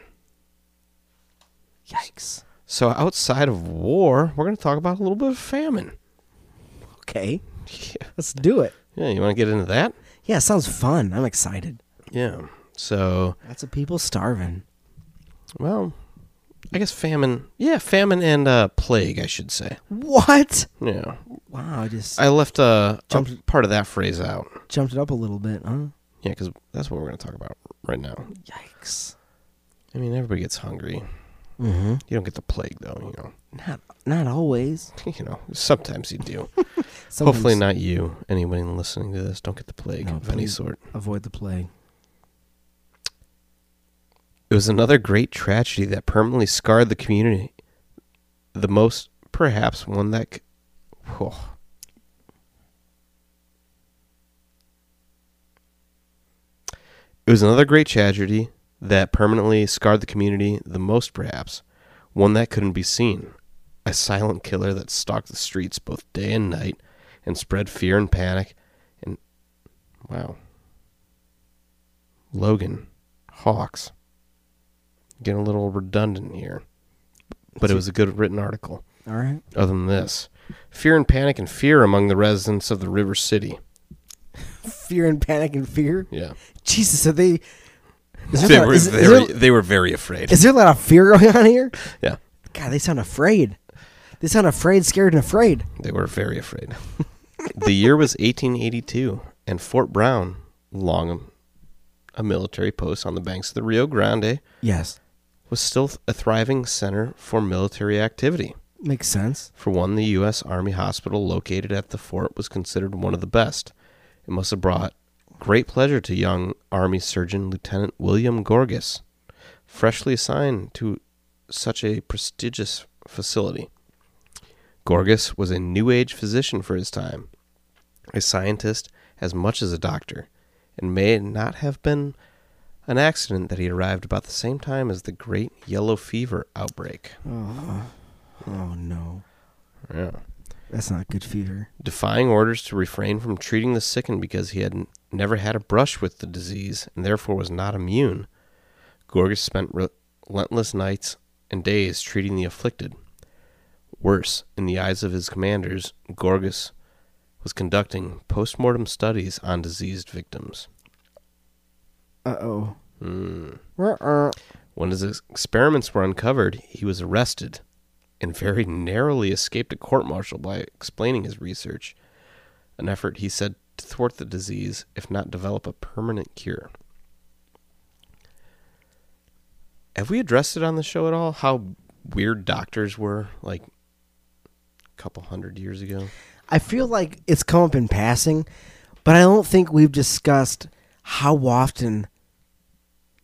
A: Yikes.
B: So outside of war, we're going to talk about a little bit of famine.
A: Okay.
B: Yeah.
A: Let's do it.
B: Yeah, you want to get into that?
A: Yeah, sounds fun. I'm excited.
B: Yeah. So,
A: Lots of people starving.
B: well, I guess famine. Yeah, famine and uh, plague, I should say.
A: What?
B: Yeah.
A: Wow, I just
B: I left uh, a
A: Jump-
B: part of that phrase out.
A: jumped it up a little bit, huh?
B: Yeah, because that's what we're going to talk about right now.
A: Yikes.
B: I mean, everybody gets hungry.
A: Mm-hmm.
B: You don't get the plague, though, you know.
A: Not not always.
B: You know, sometimes you do.
A: Sometimes
B: Hopefully not you. Anybody listening to this, don't get the plague
A: No,
B: of any
A: please.
B: sort.
A: Avoid the plague.
B: It was another great tragedy that permanently scarred the community. The most, perhaps, one that. c- Whew. It was another great tragedy that permanently scarred the community, the most perhaps, one that couldn't be seen. A silent killer that stalked the streets both day and night and spread fear and panic. And. Wow. Logan. Hawks getting a little redundant here, but it was a good written article.
A: All right.
B: Other than this, fear and panic and fear among the residents of the river city.
A: Fear and panic and fear.
B: Yeah,
A: Jesus, are they? Is
B: they
A: there, a lot,
B: were
A: is, is
B: very,
A: there,
B: they were very afraid.
A: is there a lot of fear going on here?
B: Yeah,
A: God, they sound afraid. They sound afraid, scared, and afraid.
B: they were very afraid. the year was 1882, and Fort Brown, long a military post on the banks of the Rio Grande,
A: Yes,
B: was still a thriving center for military activity.
A: makes sense.
B: For one, the U.S. Army hospital located at the fort was considered one of the best. It must have brought great pleasure to young Army Surgeon Lieutenant William Gorgas, freshly assigned to such a prestigious facility. Gorgas was a New Age physician for his time, a scientist as much as a doctor, and may it not have been an accident that he arrived about the same time as the Great Yellow Fever outbreak.
A: Oh, oh no,
B: Yeah.
A: that's not good fever.
B: defying orders to refrain from treating the sickened because he had n- never had a brush with the disease and therefore was not immune. Gorgas spent re- relentless nights and days treating the afflicted. Worse, in the eyes of his commanders, Gorgas was conducting postmortem studies on diseased victims.
A: Uh oh.
B: Hmm.
A: Uh
B: When his ex- experiments were uncovered, he was arrested and very narrowly escaped a court martial by explaining his research, an effort he said to thwart the disease, if not develop a permanent cure. Have we addressed it on the show at all? How weird doctors were like a couple hundred years ago?
A: I feel like it's come up in passing, but I don't think we've discussed how often.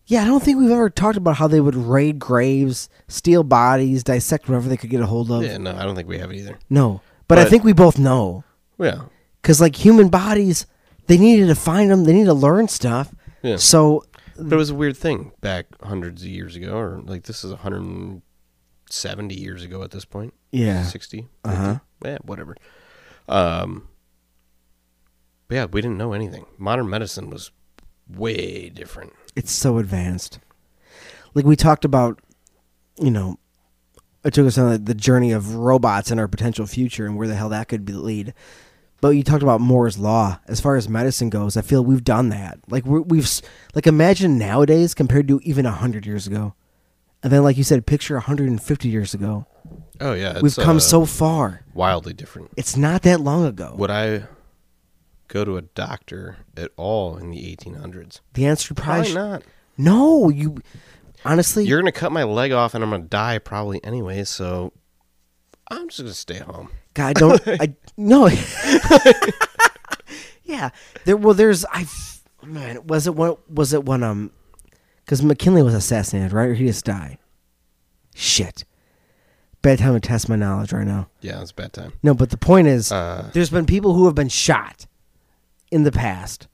A: Yeah, I don't think we've ever talked about how they would raid graves, steal bodies, dissect whatever they could get a hold of.
B: Yeah, no, I don't think we have either.
A: No, but, I
B: But-
A: think we both know
B: Yeah.
A: because like human bodies, they needed to find them. They need to learn stuff.
B: Yeah.
A: So
B: But it was a weird thing back hundreds of years ago, or like this is 170 years ago at this point.
A: Yeah.
B: 60.
A: Uh huh.
B: Yeah, whatever. Um, but yeah, we didn't know anything. Modern medicine was way different.
A: It's so advanced. Like we talked about, you know, it took us on the- the journey of robots and our potential future and where the hell that could be lead. But you talked about Moore's law. As far as medicine goes, I feel we've done that. Like we're, we've s- like imagine nowadays compared to even hundred years ago, and then like you said, picture 150 years ago.
B: Oh yeah,
A: We've
B: it's,
A: come
B: uh,
A: so far.
B: wildly different.
A: It's not that long ago.
B: Would I go to a doctor at all in the 1800s?
A: The answer probably,
B: Probably
A: sh-
B: not.
A: no. You honestly,
B: You're gonna cut my leg off, and I'm gonna die probably anyway. So I'm just gonna stay home.
A: God, I don't. I no. yeah, there. Well, there's. I man, was it one? Was it one? Um, because McKinley was assassinated, right? Or he just died. Shit. Bad time to test my knowledge right now.
B: Yeah, it's a bad time.
A: No, but the point is,
B: Uh.
A: there's been people who have been shot in the past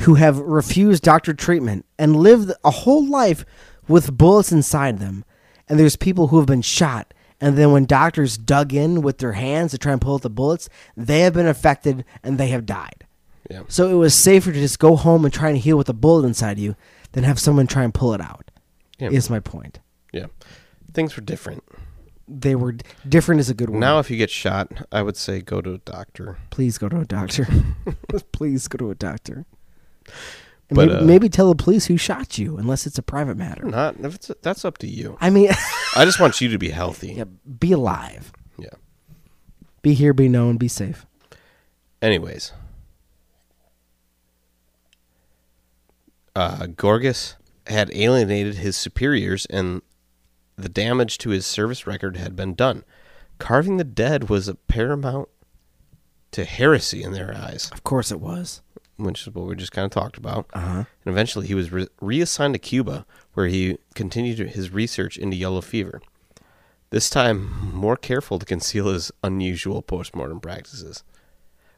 A: who have refused doctor treatment and lived a whole life with bullets inside them. And there's people who have been shot. And then when doctors dug in with their hands to try and pull out the bullets, they have been affected and they have died.
B: Yeah.
A: So it was safer to just go home and try and heal with a bullet inside you than have someone try and pull it out.
B: Yeah.
A: Is my point.
B: Yeah, things were different.
A: They were different is a good word.
B: Now, if you get shot, I would say go to a doctor.
A: please go to a doctor. please go to a doctor. And
B: But,
A: maybe,
B: uh,
A: maybe tell the police who shot you, unless it's a private matter.
B: Not if it's that's up to you.
A: I mean,
B: I just want you to be healthy.
A: yeah, be alive,
B: Yeah.
A: be here, be known, be safe.
B: Anyways, uh, Gorgas had alienated his superiors, and the damage to his service record had been done. Carving the dead was a paramount to heresy in their eyes,
A: Of course, it was.
B: which is what we just kind of talked about.
A: Uh-huh.
B: And eventually, he was re- reassigned to Cuba, where he continued his research into yellow fever. This time, more careful to conceal his unusual postmortem practices.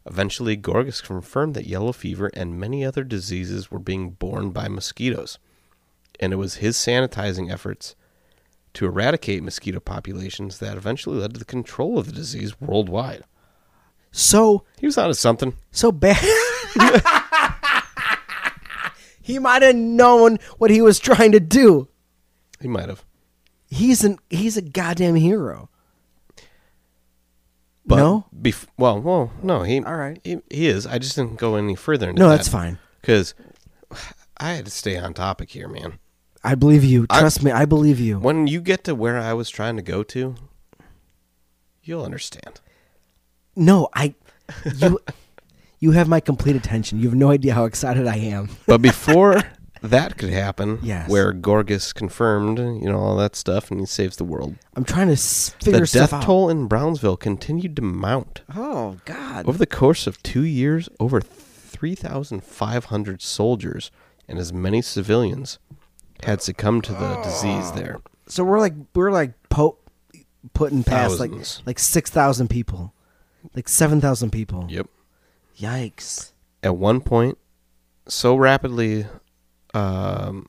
B: Eventually, Gorgas confirmed that yellow fever and many other diseases were being borne by mosquitoes, and it was his sanitizing efforts to eradicate mosquito populations that eventually led to the control of the disease worldwide.
A: So,
B: He was onto something.
A: so bad. he might have known what he was trying to do.
B: He might have.
A: He's an he's a goddamn hero.
B: But
A: No?
B: Bef- well, well, no. He
A: All right.
B: He, he is. I just didn't go any further. Into
A: No, that's fine.
B: Because I had to stay on topic here, man.
A: I believe you. Trust me, I believe you.
B: When you get to where I was trying to go to, you'll understand.
A: No, I you you have my complete attention. You have no idea how excited I am.
B: But before that could happen,
A: Yes.
B: where Gorgas confirmed, you know, all that stuff, and he saves the world.
A: I'm trying to s- figure
B: the
A: stuff
B: death
A: out.
B: toll in Brownsville continued to mount
A: Oh God!
B: over the course of two years. Over three thousand five hundred soldiers and as many civilians had succumbed to the disease there.
A: So we're like we're like po- putting past
B: Thousands.
A: like like six thousand people, like seven thousand people.
B: Yep.
A: Yikes!
B: at one point so rapidly um,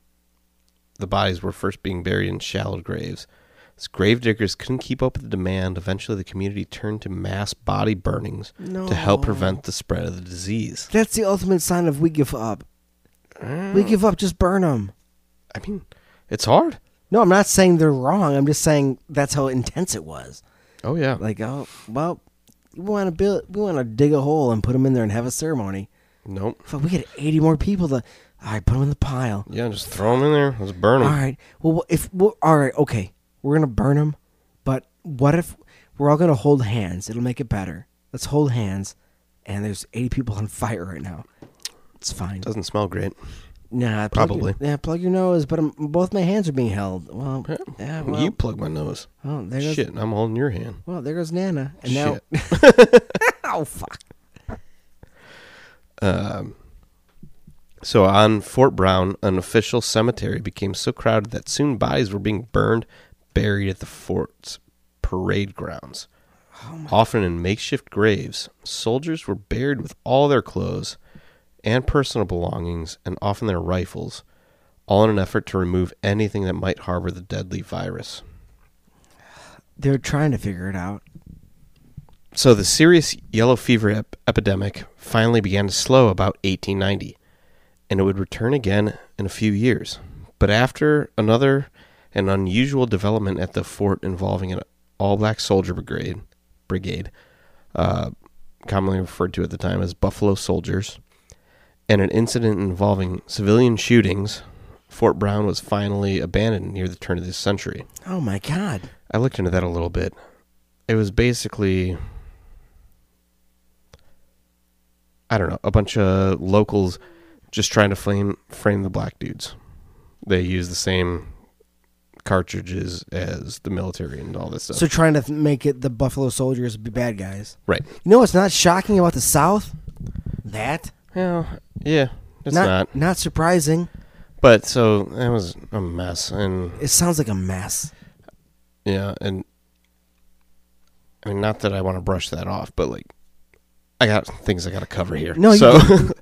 B: the bodies were first being buried in shallow graves as gravediggers couldn't keep up with the demand eventually the community turned to mass body burnings to help
A: No.
B: prevent the spread of the disease
A: That's the ultimate sign of we give up. We give up. Just burn them.
B: i mean it's hard
A: No, I'm not saying they're wrong. I'm just saying that's how intense it was.
B: oh yeah
A: Like, oh well, we want to build, we want to dig a hole and put them in there and have a ceremony.
B: nope
A: Fuck, we had 80 more people to. All right, put them in the pile.
B: yeah just throw them in there let's burn
A: All
B: them
A: right. Well, if well, all right, okay, we're gonna burn them, but what if we're all gonna hold hands? It'll make it better. Let's hold hands, and there's 80 people on fire right now. It's fine.
B: doesn't smell great
A: Nah, plug your-
B: Probably.
A: yeah, plug your nose. But um both my hands are being held. Well, yeah, well,
B: you plug my nose
A: oh, there goes,
B: shit and i'm holding your hand
A: Well, there goes Nana, and now. oh fuck.
B: So on Fort Brown, an official cemetery became so crowded that soon bodies were being burned, buried at the fort's parade grounds.
A: Oh
B: Often in makeshift graves, soldiers were buried with all their clothes and personal belongings, and often their rifles, all in an effort to remove anything that might harbor the deadly virus.
A: They're trying to figure it out.
B: So the serious yellow fever ep- epidemic finally began to slow about 1890, and it would return again in a few years. But after another an unusual development at the fort involving an All Black Soldier Brigade, brigade uh, commonly referred to at the time as Buffalo Soldiers, and an incident involving civilian shootings, Fort Brown was finally abandoned near the turn of this century.
A: Oh my God.
B: I looked into that a little bit. It was basically, I don't know, a bunch of locals just trying to flame frame the black dudes. They use the same cartridges as the military and all this stuff.
A: So trying to th- make it the Buffalo Soldiers be bad guys.
B: right.
A: You know what's not shocking about the South? That
B: Yeah. Yeah. It's not.
A: not not surprising.
B: But so that was a mess, and
A: It sounds like a mess.
B: yeah, and I mean, not that I want to brush that off, but like, I got things I got to cover here.
A: No, you-
B: so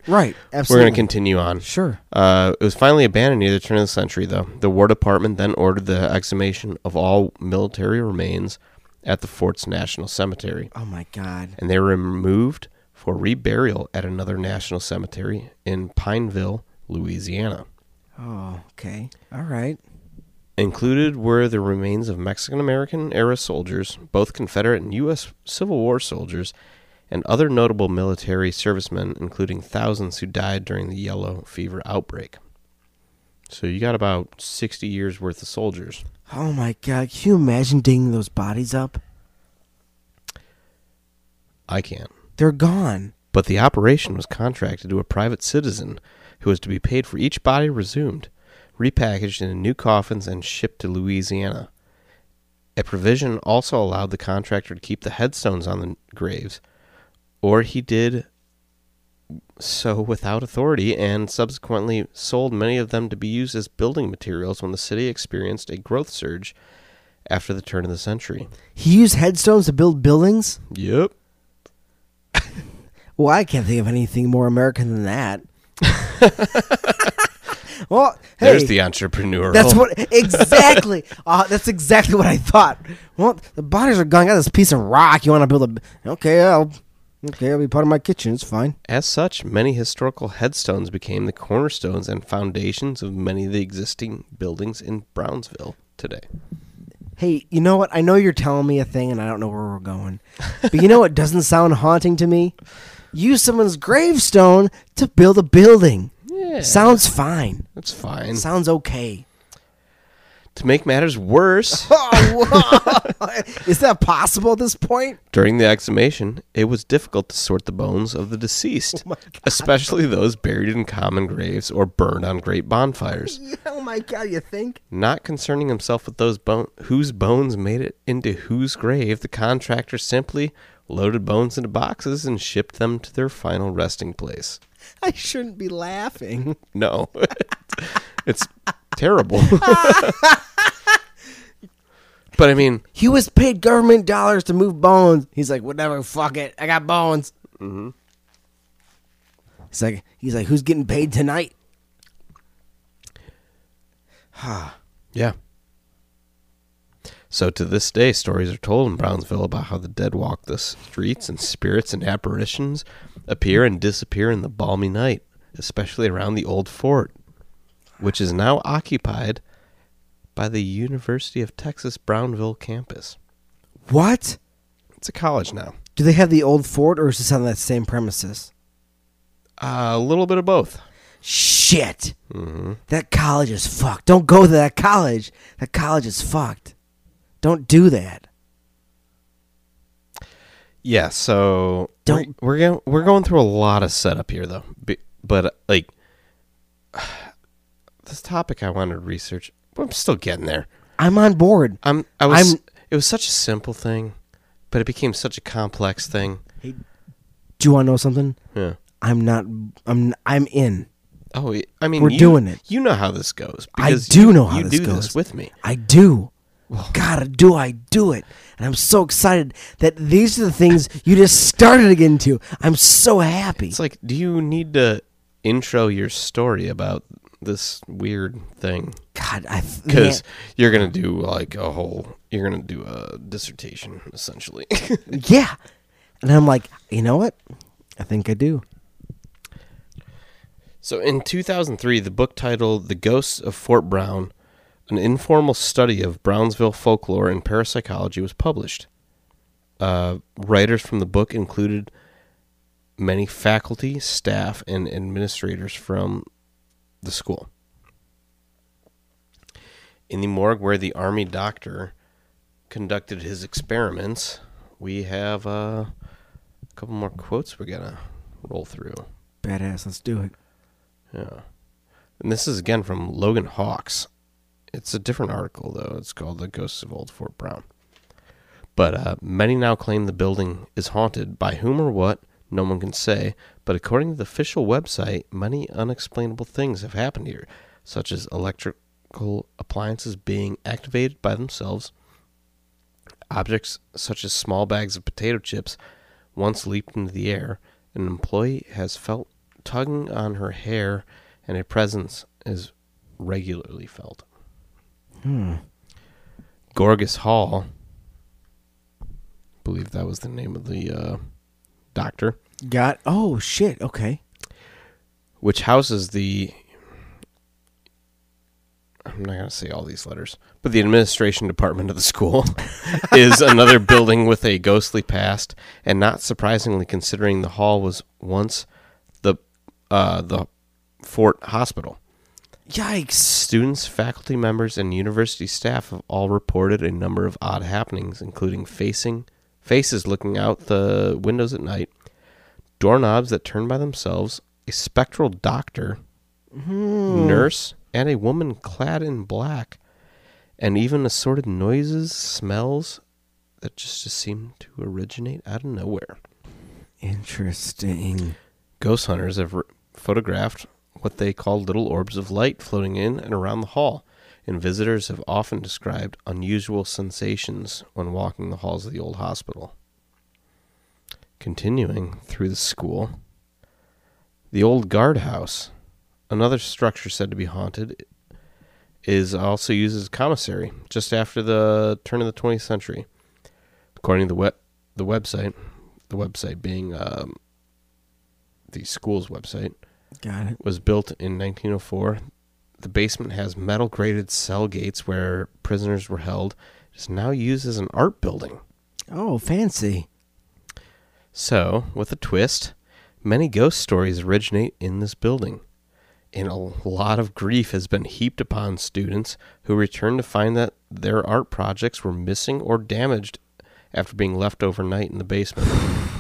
A: right.
B: we're
A: Absolutely.
B: gonna continue on.
A: Sure.
B: Uh, it was finally abandoned near the turn of the century, though. The War Department then ordered the exhumation of all military remains at the fort's national cemetery,
A: Oh my God.
B: and they were removed for reburial at another national cemetery in Pineville, Louisiana.
A: Oh, okay. All right.
B: Included were the remains of Mexican American era soldiers, both Confederate and U.S. Civil War soldiers, and other notable military servicemen, including thousands who died during the yellow fever outbreak. So you got about 60 years worth of soldiers.
A: Oh my God. Can you imagine digging those bodies up?
B: I can't.
A: They're gone.
B: But the operation was contracted to a private citizen who was to be paid for each body resumed, repackaged in new coffins, and shipped to Louisiana. A provision also allowed the contractor to keep the headstones on the graves, or he did so without authority and subsequently sold many of them to be used as building materials when the city experienced a growth surge after the turn of the century.
A: He used headstones to build buildings.
B: Yep.
A: Well, I can't think of anything more American than that. well, hey,
B: There's the entrepreneur.
A: That's what exactly. uh, that's exactly what I thought. Well, the bodies are gone. Got this piece of rock. You want to build a? Okay, I'll. Okay, I'll be part of my kitchen. It's fine.
B: As such, many historical headstones became the cornerstones and foundations of many of the existing buildings in Brownsville today.
A: Hey, you know what? I know you're telling me a thing, and I don't know where we're going. But you know what doesn't sound haunting to me? Use someone's gravestone to build a building.
B: Yeah.
A: Sounds fine.
B: That's fine.
A: Sounds okay.
B: to make matters worse,
A: Oh, Is that possible at this point?
B: during the exhumation, it was difficult to sort the bones of the deceased, especially those buried in common graves or burned on great bonfires.
A: Oh my god, you think?
B: Not concerning himself with those bone whose bones made it into whose grave, the contractor simply loaded bones into boxes and shipped them to their final resting place.
A: I shouldn't be laughing.
B: No. it's terrible. but I mean,
A: He was paid government dollars to move bones. He's like, whatever, fuck it. I got bones. He's like, he's like, who's getting paid tonight?
B: yeah. So to this day, stories are told in Brownsville about how the dead walk the streets and spirits and apparitions appear and disappear in the balmy night, especially around the old fort, which is now occupied by the University of Texas Brownville campus.
A: What?
B: It's a college now.
A: Do they have the old fort, or is this on that same premises?
B: Uh, a little bit of both. Mm-hmm.
A: Shit. That college is fucked. Don't go to that college. That college is fucked. Don't do that.
B: Yeah, so
A: Don't-
B: we're, we're going we're going through a lot of setup here though. Be, but like this topic I wanted to research, but I'm still getting there.
A: I'm on board.
B: I'm I was
A: I'm-
B: it was such a simple thing, but it became such a complex thing.
A: Do you want to know something?
B: Yeah.
A: I'm not. I'm. I'm in.
B: Oh, y- I mean,
A: We're
B: you-
A: doing it.
B: You know how this goes.
A: I
B: because
A: do
B: you-
A: know how
B: you
A: this
B: do
A: goes
B: this with me.
A: I do. God, do I do it? And I'm so excited that these are the things you just started to get into. I'm so happy.
B: It's like, do you need to intro your story about this weird thing?
A: God, I th-
B: Because you're gonna do like a whole, you're gonna do a dissertation essentially.
A: man, yeah. And I'm like, you know what? I think I do.
B: So in 2003, the book titled The Ghosts of Fort Brown an informal study of Brownsville folklore and parapsychology was published. Uh, writers from the book included many faculty, staff, and administrators from the school. In the morgue where the army doctor conducted his experiments, we have uh, a couple more quotes we're going to roll through.
A: Badass. Let's do it.
B: Yeah. And this is again from Logan Hawks. It's a different article, though. It's called The Ghosts of Old Fort Brown. But uh, many now claim the building is haunted by whom or what, no one can say. But according to the official website, many unexplainable things have happened here, such as electrical appliances being activated by themselves, objects such as small bags of potato chips once leaped into the air, an employee has felt tugging on her hair, and a presence is regularly felt.
A: Hmm.
B: Gorgas Hall, I believe that was the name of the uh, doctor,
A: Got. Oh, shit. Okay.
B: which houses the. I'm not going to say all these letters, but the administration department of the school is another building with a ghostly past, and not surprisingly, considering the hall was once the uh, the fort hospital.
A: Yikes.
B: Students, faculty members, and university staff have all reported a number of odd happenings, including facing faces looking out the windows at night, doorknobs that turn by themselves, a spectral doctor,
A: Hmm.
B: nurse, and a woman clad in black, and even assorted noises, smells that just, just seem to originate out of nowhere.
A: Interesting.
B: Ghost hunters have re- photographed what they call little orbs of light floating in and around the hall, and visitors have often described unusual sensations when walking the halls of the old hospital. Continuing through the school, the old guardhouse, another structure said to be haunted, is also used as a commissary just after the turn of the 20th century. According to the, web, the website, the website being um, the school's website,
A: Got it.
B: was built in 1904. The basement has metal grated cell gates where prisoners were held. It is now used as an art building.
A: Oh, fancy.
B: So, with a twist, many ghost stories originate in this building. And a lot of grief has been heaped upon students who return to find that their art projects were missing or damaged after being left overnight in the basement.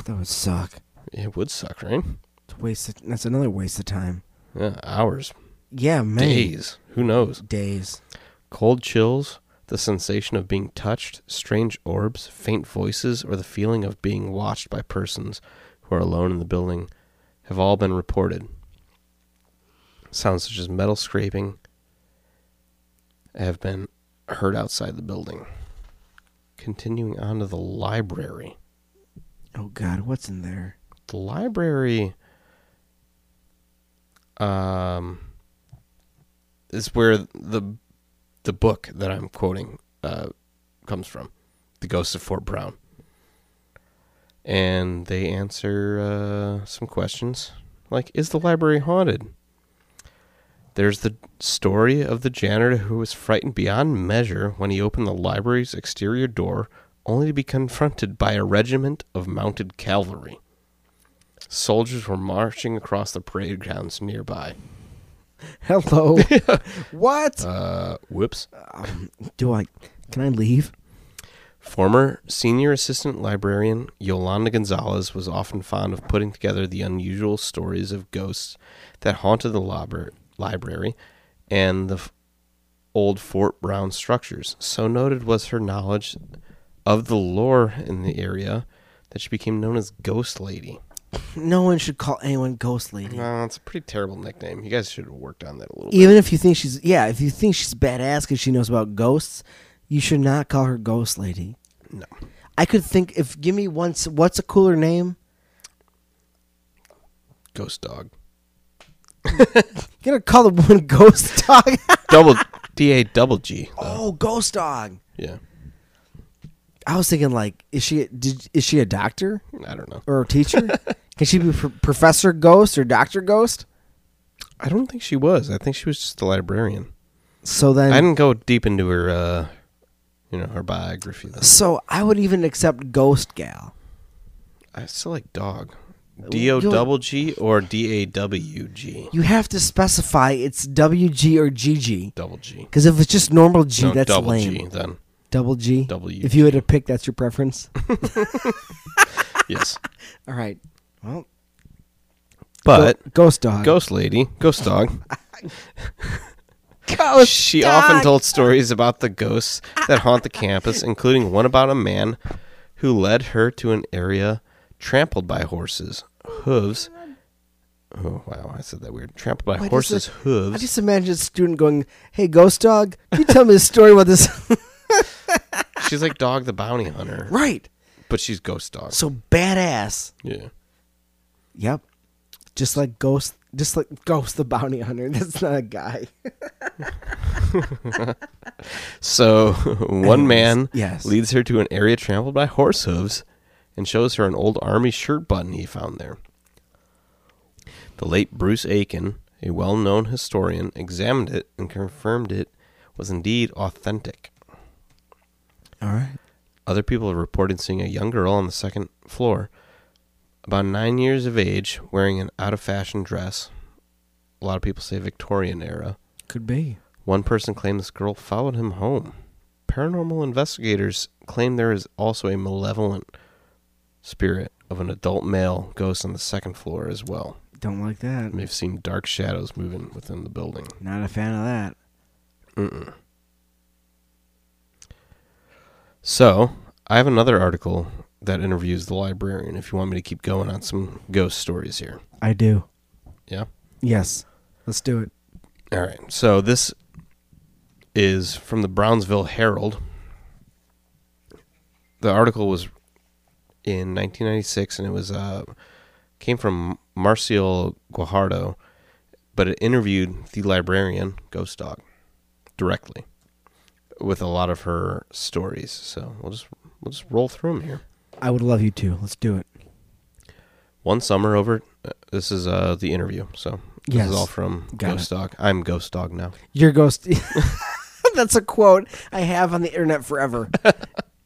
A: That would suck.
B: It would suck, right?
A: It's a waste. Of, that's another waste of time.
B: Yeah, hours,
A: Yeah, man.
B: days, who knows?
A: Days.
B: Cold chills, the sensation of being touched, strange orbs, faint voices, or the feeling of being watched by persons who are alone in the building have all been reported. Sounds such as metal scraping have been heard outside the building. Continuing on to the library.
A: Oh God, what's in there?
B: The library um, is where the the book that I'm quoting uh, comes from, "The Ghost of Fort Brown," and they answer uh, some questions like, "Is the library haunted?" There's the story of the janitor who was frightened beyond measure when he opened the library's exterior door, only to be confronted by a regiment of mounted cavalry. Soldiers were marching across the parade grounds nearby.
A: Hello. what?
B: Uh, whoops.
A: Um, Do I? Can I leave?
B: Former senior assistant librarian Yolanda Gonzalez was often fond of putting together the unusual stories of ghosts that haunted the lobber- library and the f- old Fort Brown structures. So noted was her knowledge of the lore in the area that she became known as Ghost Lady.
A: No one should call anyone ghost lady.
B: Well, it's a pretty terrible nickname. You guys should have worked on that a little bit.
A: Even if you think she's yeah, if you think she's badass because she knows about ghosts, you should not call her ghost lady.
B: No.
A: I could think if give me once what's a cooler name?
B: Ghost Dog.
A: You're gonna call the woman ghost dog?
B: Double D A double G.
A: oh, ghost dog.
B: Yeah.
A: I was thinking like, is she did, is she a doctor
B: I don't know.
A: or a teacher? Can she be pro- Professor Ghost or Doctor Ghost?
B: I don't think she was. I think she was just a librarian.
A: So then,
B: I didn't go deep into her, uh, you know, her biography. Though.
A: so I would even accept Ghost Gal.
B: I still like dog.
A: Well,
B: D O double G or D A W G?
A: You have to specify it's WG or GG.
B: Double G.
A: Because if it's just normal G,
B: No,
A: that's
B: double
A: lame.
B: G then.
A: Double G.
B: WG.
A: If you had to pick, that's your preference.
B: Yes.
A: All right. Well,
B: But
A: go- Ghost Dog.
B: Ghost Lady, Ghost Dog,
A: Ghost
B: she
A: Dog.
B: often told stories about the ghosts that haunt the campus, including one about a man who led her to an area trampled by horses, hooves. Oh, wow, I said that weird. Trampled by
A: Wait, is
B: horses,
A: it- I
B: hooves.
A: just imagine a student going, "Hey, Ghost Dog, can you tell me a story about this?"
B: She's like Dog the Bounty Hunter,
A: right.
B: but she's Ghost Dog.
A: So badass.
B: Yeah.
A: Yep. Just like Ghost, just like Ghost the Bounty Hunter. That's not a guy.
B: So one man
A: yes.
B: leads her to an area trampled by horse hooves and shows her an old army shirt button he found there. The late Bruce Aiken, a well known historian, examined it and confirmed it was indeed authentic.
A: All right.
B: Other people have reported seeing a young girl on the second floor, about nine years of age, wearing an out of fashion dress. A lot of people say Victorian era.
A: Could be.
B: One person claimed this girl followed him home. Paranormal investigators claim there is also a malevolent spirit of an adult male ghost on the second floor as well.
A: Don't like that.
B: And they've seen dark shadows moving within the building.
A: Not a fan of that.
B: So, I have another article that interviews the librarian if you want me to keep going on some ghost stories here.
A: I do.
B: Yeah?
A: Yes. Let's do it.
B: All right. So, this is from the Brownsville Herald. The article was in 1996, and it was uh, came from Marcio Guajardo, but it interviewed the librarian Ghost Dog directly with a lot of her stories. So we'll just we'll just roll through them here.
A: I would love you to. Let's do it.
B: One summer over, uh, this is uh, the interview. So this
A: Yes.
B: is all from
A: Got
B: Ghost Dog. I'm Ghost Dog now.
A: Your ghost. That's a quote I have on the internet forever.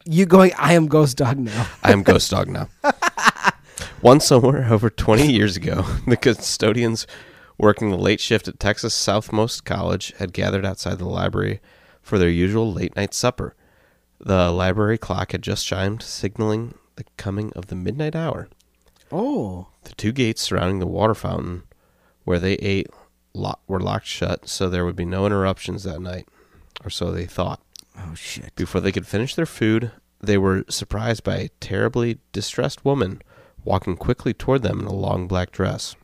A: you going, I am ghost dog now.
B: I am Ghost Dog now. One summer over 20 years ago, the custodians working the late shift at Texas Southmost College had gathered outside the library for their usual late night supper. The library clock had just chimed, signaling the coming of the midnight hour.
A: Oh.
B: The two gates surrounding the water fountain where they ate lo- were locked shut, so there would be no interruptions that night, or so they thought.
A: Oh, shit.
B: Before they could finish their food, they were surprised by a terribly distressed woman walking quickly toward them in a long black dress.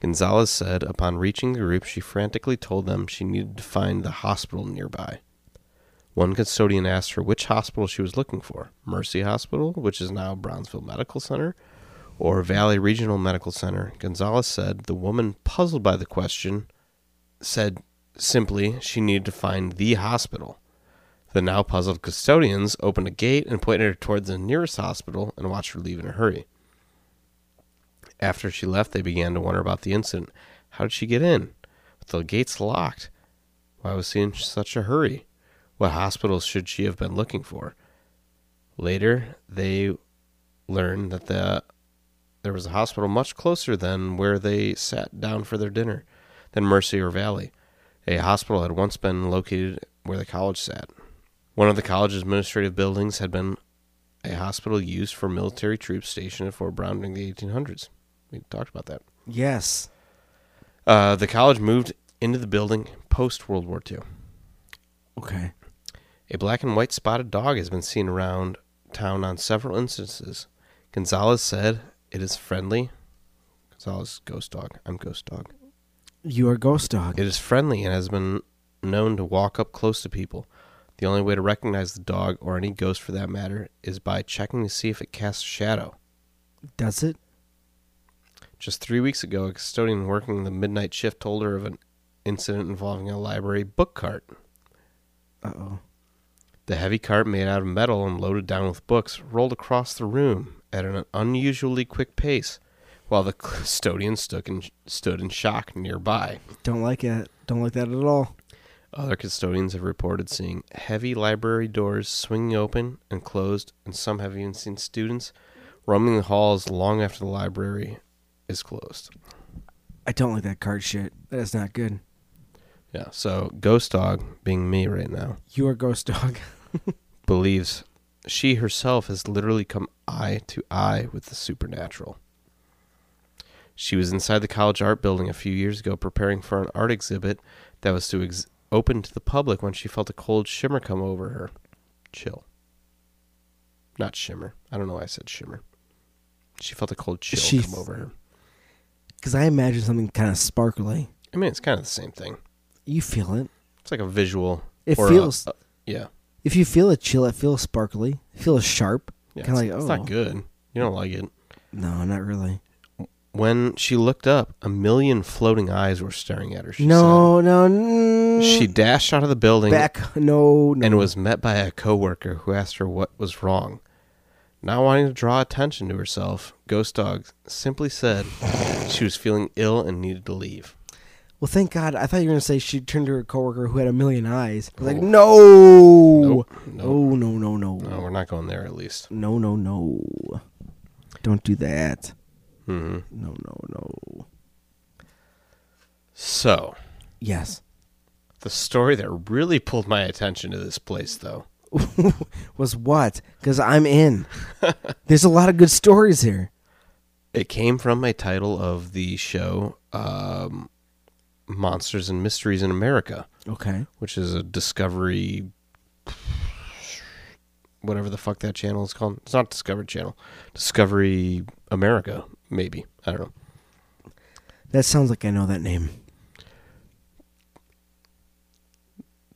B: Gonzalez said upon reaching the group, she frantically told them she needed to find the hospital nearby. One custodian asked her which hospital she was looking for Mercy Hospital, which is now Brownsville Medical Center, or Valley Regional Medical Center. Gonzalez said the woman, puzzled by the question, said simply she needed to find the hospital. The now puzzled custodians opened a gate and pointed her towards the nearest hospital and watched her leave in a hurry. After she left, they began to wonder about the incident. How did she get in? With the gates locked. Why was she in such a hurry? What hospitals should she have been looking for? Later, they learned that the there was a hospital much closer than where they sat down for their dinner, than Mercy or Valley. A hospital had once been located where the college sat. One of the college's administrative buildings had been a hospital used for military troops stationed at Fort Brown during the 1800s. We talked about that.
A: Yes.
B: Uh, the college moved into the building post World War II.
A: Okay.
B: A black and white spotted dog has been seen around town on several instances. Gonzalez said it is friendly. Gonzalez, ghost dog. I'm ghost dog.
A: You are ghost dog.
B: It is friendly and has been known to walk up close to people. The only way to recognize the dog, or any ghost for that matter, is by checking to see if it casts a shadow.
A: Does it?
B: Just three weeks ago, a custodian working the midnight shift told her of an incident involving a library book cart.
A: Uh oh.
B: The heavy cart, made out of metal and loaded down with books, rolled across the room at an unusually quick pace, while the custodian stood in, stood in shock nearby.
A: Don't like it. Don't like that at all.
B: Other custodians have reported seeing heavy library doors swinging open and closed, and some have even seen students roaming the halls long after the library is closed.
A: I don't like that card shit. That is not good.
B: Yeah, so Ghost Dog, being me right now,
A: You are ghost dog.
B: believes she herself has literally come eye to eye with the supernatural. She was inside the college art building a few years ago preparing for an art exhibit that was to ex- open to the public when she felt a cold shimmer come over her. Chill. Not shimmer. I don't know why I said shimmer. She felt a cold chill
A: She-
B: come over her.
A: Because I imagine something kind of sparkly.
B: I mean, it's kind of the same thing.
A: You feel it.
B: It's like a visual.
A: It
B: or a-
A: feels-
B: a- yeah.
A: If you feel a chill, it feels sparkly. It feels sharp.
B: yeah
A: Kinda
B: it's,
A: like,
B: it's
A: oh.
B: not good. You don't like it.
A: No, not really.
B: When she looked up, a million floating eyes were staring at her. She
A: no, no, no.
B: said. She dashed out of the building
A: back. No, no.
B: and was met by a coworker who asked her what was wrong. Not wanting to draw attention to herself, Ghost Dog simply said she was feeling ill and needed to leave.
A: well, thank God. I thought you were gonna say she turned to her coworker who had a million eyes. I was Like,
B: Oh.
A: no,
B: Nope, nope.
A: no, no, no, no,
B: No, Uh, we're not going there at least.
A: no, no, no. Don't do that.
B: hmm
A: No, no, no.
B: So,
A: Yes.
B: the story that really pulled my attention to this place, though.
A: was what? Because I'm in. There's a lot of good stories here.
B: It came from a title of the show, um, Monsters and Mysteries in America,
A: Okay.
B: which is a Discovery, whatever the fuck that channel is called. It's not Discovery Channel, Discovery America, maybe. I don't know.
A: That sounds like I know that name.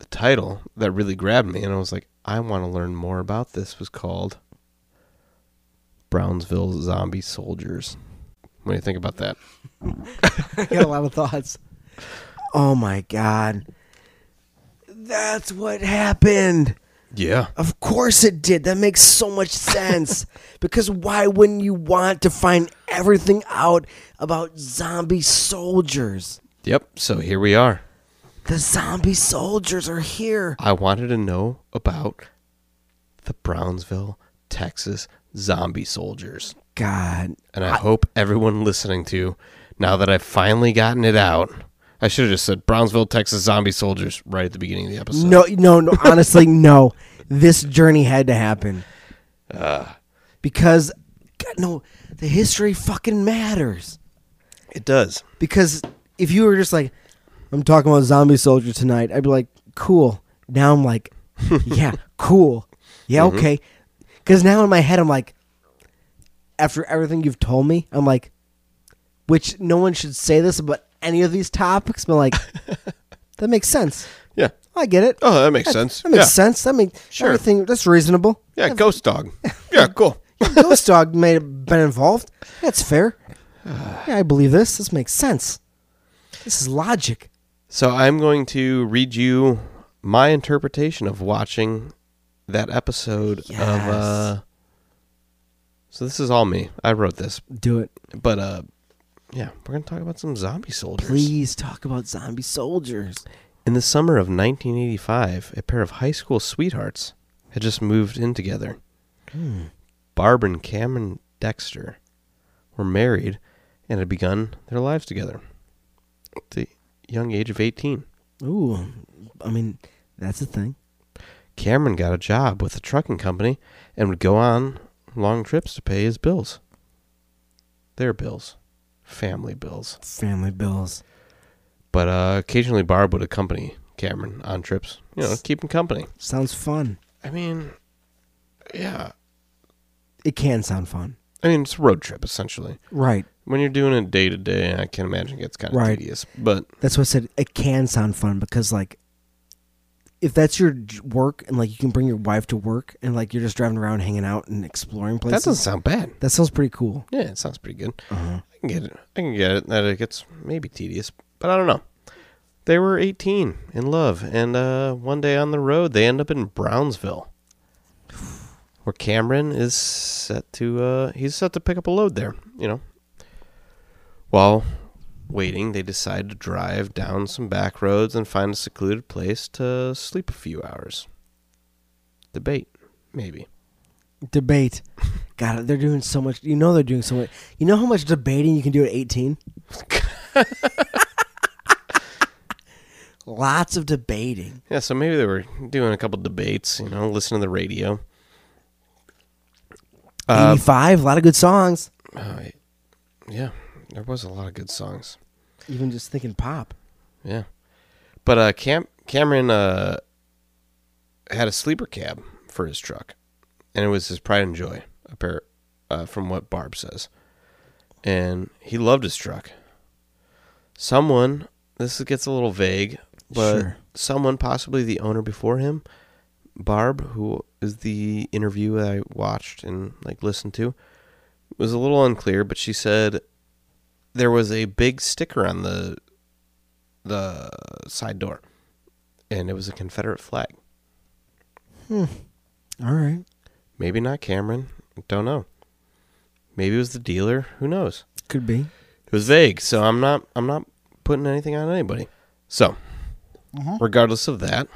B: The title that really grabbed me, and I was like, I want to learn more about this, was called Brownsville Zombie Soldiers. What do you think about that?
A: I got a lot of thoughts. Oh my god. That's what happened.
B: Yeah.
A: Of course it did. That makes so much sense. because why wouldn't you want to find everything out about zombie soldiers?
B: Yep. So here we are.
A: The zombie soldiers are here.
B: I wanted to know about the Brownsville, Texas zombie soldiers.
A: God.
B: And I, hope everyone listening to, now that I've finally gotten it out, I should have just said Brownsville, Texas zombie soldiers right at the beginning of the episode.
A: No, no, no. Honestly, no. This journey had to happen. because, Uh. God, no, the history fucking matters.
B: It does.
A: Because if you were just like, I'm talking about zombie soldier tonight, I'd be like, cool. Now I'm like, yeah, cool. Yeah,
B: Mm-hmm.
A: okay. Because now in my head, I'm like, after everything you've told me, I'm like, which no one should say this about any of these topics, but like, that makes sense.
B: Yeah.
A: I get it.
B: Oh, that makes sense.
A: That makes
B: yeah.
A: sense. That makes
B: Sure.
A: everything. That's reasonable.
B: Yeah, ghost dog. Yeah, cool.
A: Ghost dog may have been involved. That's fair. yeah, I believe this. This makes sense. This is logic.
B: So I'm going to read you my interpretation of watching that episode of. Uh, so this is all me. I wrote this,
A: Do it.
B: but uh, yeah, we're gonna talk about some zombie soldiers.
A: Please talk about zombie soldiers.
B: In the summer of 1985, a pair of high school sweethearts had just moved in together. Hmm. Barb and Cameron Dexter were married and had begun their lives together at the young age of 18.
A: Ooh, I mean, that's a thing.
B: Cameron got a job with a trucking company and would go on long trips to pay his bills. Their bills, family bills.
A: Family bills.
B: But uh, occasionally Barb would accompany Cameron on trips, you know, keep him company.
A: Sounds fun.
B: I mean, yeah.
A: It can sound fun.
B: I mean, it's a road trip essentially.
A: Right.
B: When you're doing it day to day, I can imagine it gets kind of
A: Right.
B: tedious. But
A: That's why I said it can sound fun because like if that's your j- work and like you can bring your wife to work and like you're just driving around hanging out and exploring
B: that
A: places.
B: doesn't Uh-huh. sound bad.
A: that sounds pretty cool.
B: Yeah, it sounds pretty good. I can get it. I can get it that it gets maybe tedious, but I don't know. They were 18 in love, and uh, one day on the road, they end up in Brownsville, where Cameron is set to uh, he's set to pick up a load there. You know, while waiting, they decide to drive down some back roads and find a secluded place to sleep a few hours. Debate, maybe.
A: Debate. God, they're doing so much. You know they're doing so much. You know how much debating you can do at 18? Lots of debating.
B: Yeah, so maybe they were doing a couple debates, you know, listening to the radio.
A: Uh, 85, a lot of good songs.
B: Uh, yeah, there was a lot of good songs.
A: Even just thinking pop.
B: Yeah, but uh, Cam Cameron uh, had a sleeper cab for his truck, and it was his pride and joy, appar- uh, from what Barb says, and he loved his truck. Someone, this gets a little vague, but
A: Sure.
B: someone, possibly the owner before him, Barb, who is the interview I watched and like listened to, was a little unclear, but she said there was a big sticker on the the side door, and it was a Confederate flag.
A: All right.
B: Maybe not Cameron. Don't know. Maybe it was the dealer. Who knows?
A: Could be.
B: It was vague, so I'm not. I'm not putting anything on anybody. So, regardless of that,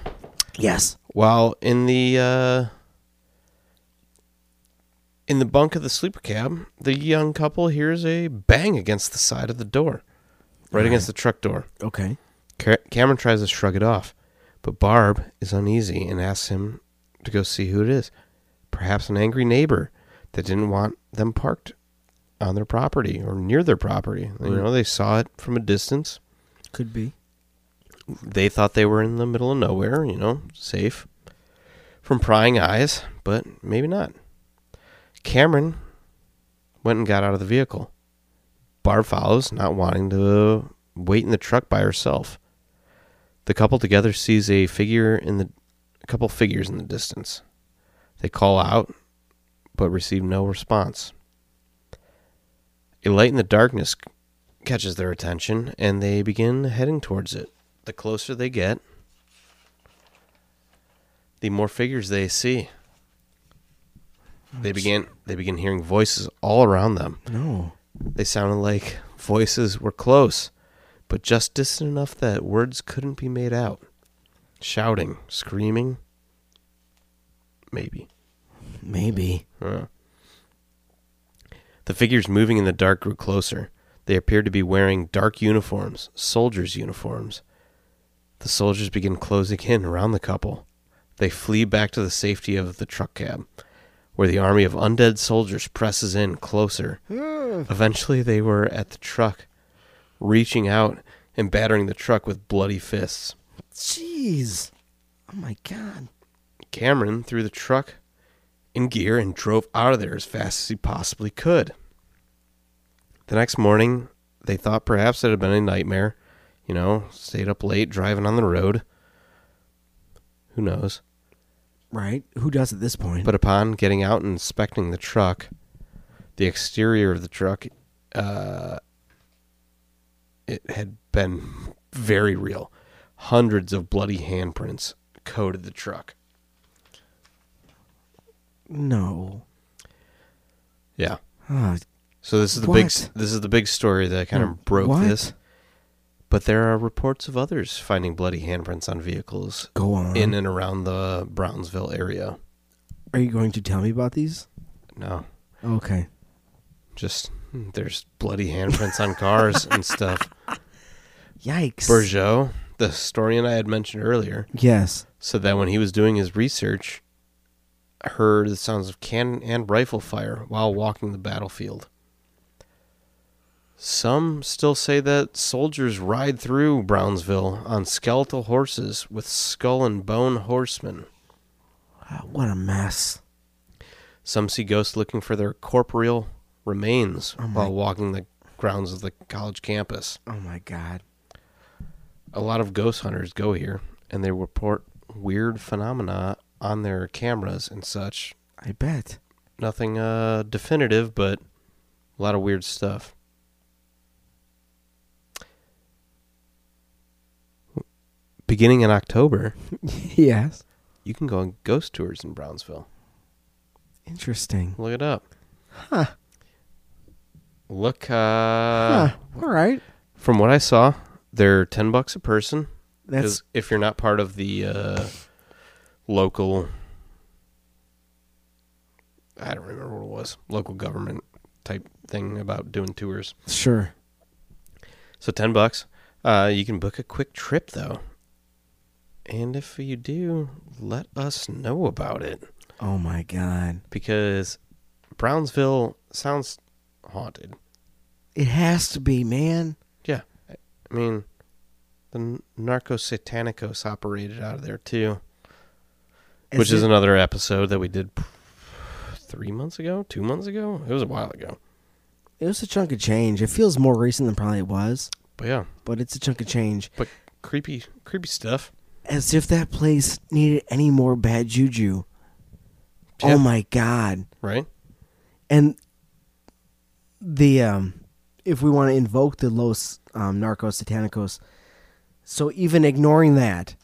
A: Yes.
B: while in the uh, in the bunk of the sleeper cab, the young couple hears a bang against the side of the door, right against the truck door.
A: Okay.
B: Ca- Cameron tries to shrug it off, but Barb is uneasy and asks him to go see who it is. Perhaps an angry neighbor that didn't want them parked on their property or near their property. You know, they saw it from a distance.
A: Could be.
B: They thought they were in the middle of nowhere, you know, safe from prying eyes, but maybe not. Cameron went and got out of the vehicle. Barb follows, not wanting to wait in the truck by herself. The couple together sees a figure in the a couple figures in the distance. They call out, but receive no response. A light in the darkness c- catches their attention, and they begin heading towards it. The closer they get, the more figures they see. They begin they begin hearing voices all around them.
A: No.
B: They sounded like voices were close, but just distant enough that words couldn't be made out. Shouting, screaming, maybe.
A: Maybe.
B: Huh. The figures moving in the dark grew closer. They appeared to be wearing dark uniforms, soldiers' uniforms. The soldiers begin closing in around the couple. They flee back to the safety of the truck cab, where the army of undead soldiers presses in closer.
A: Hmm.
B: Eventually, they were at the truck, reaching out and battering the truck with bloody fists.
A: Jeez. Oh my God.
B: Cameron threw the truck in gear and drove out of there as fast as he possibly could. The next morning, they thought perhaps it had been a nightmare. You know, stayed up late driving on the road. Who knows?
A: Right? Who does at this point?
B: But upon getting out and inspecting the truck, the exterior of the truck, uh, it had been very real. Hundreds of bloody handprints coated the truck.
A: no.
B: Yeah.
A: Ah,
B: So this is the big
A: What?
B: this is the big story that kind
A: Hmm,
B: of broke
A: what?
B: this. But there are reports of others finding bloody handprints on vehicles
A: go on.
B: in and around the Brownsville area.
A: Are you going to tell me about these?
B: No,
A: Okay.
B: just hmm, there's bloody handprints on cars and stuff.
A: Yikes.
B: Bergeau, the historian I had mentioned earlier,
A: Yes.
B: said that when he was doing his research, heard the sounds of cannon and rifle fire while walking the battlefield. Some still say that soldiers ride through Brownsville on skeletal horses with skull and bone horsemen.
A: Ah, what a mess.
B: Some see ghosts looking for their corporeal remains
A: Oh my-
B: while walking the grounds of the college campus.
A: Oh my God.
B: A lot of ghost hunters go here and they report weird phenomena on their cameras and such
A: I bet.
B: nothing uh definitive, but a lot of weird stuff. Beginning in October,
A: yes.
B: you can go on ghost tours in Brownsville.
A: Interesting.
B: Look it up.
A: Huh.
B: Look uh
A: Huh. All right.
B: From what I saw, they're ten bucks a person.
A: That's
B: 'cause if you're not part of the uh, local, I don't remember what it was, local government type thing about doing tours.
A: sure.
B: So ten bucks. Uh, you can book a quick trip though, and if you do, let us know about it
A: Oh my god.
B: because Brownsville sounds haunted.
A: It has to be, man.
B: Yeah, I I mean, the Narco Satanicos operated out of there too, which is
A: it-
B: another episode that we did p- three months ago, two months ago. It was a while ago,
A: it was a chunk of change. It feels more recent than probably it was,
B: but yeah,
A: but it's a chunk of change.
B: but creepy, creepy stuff.
A: As if that place needed any more bad juju.
B: Yeah.
A: Oh my god.
B: right?
A: And the um if we want to invoke the Los um, Narcos Satanicos, so even ignoring that,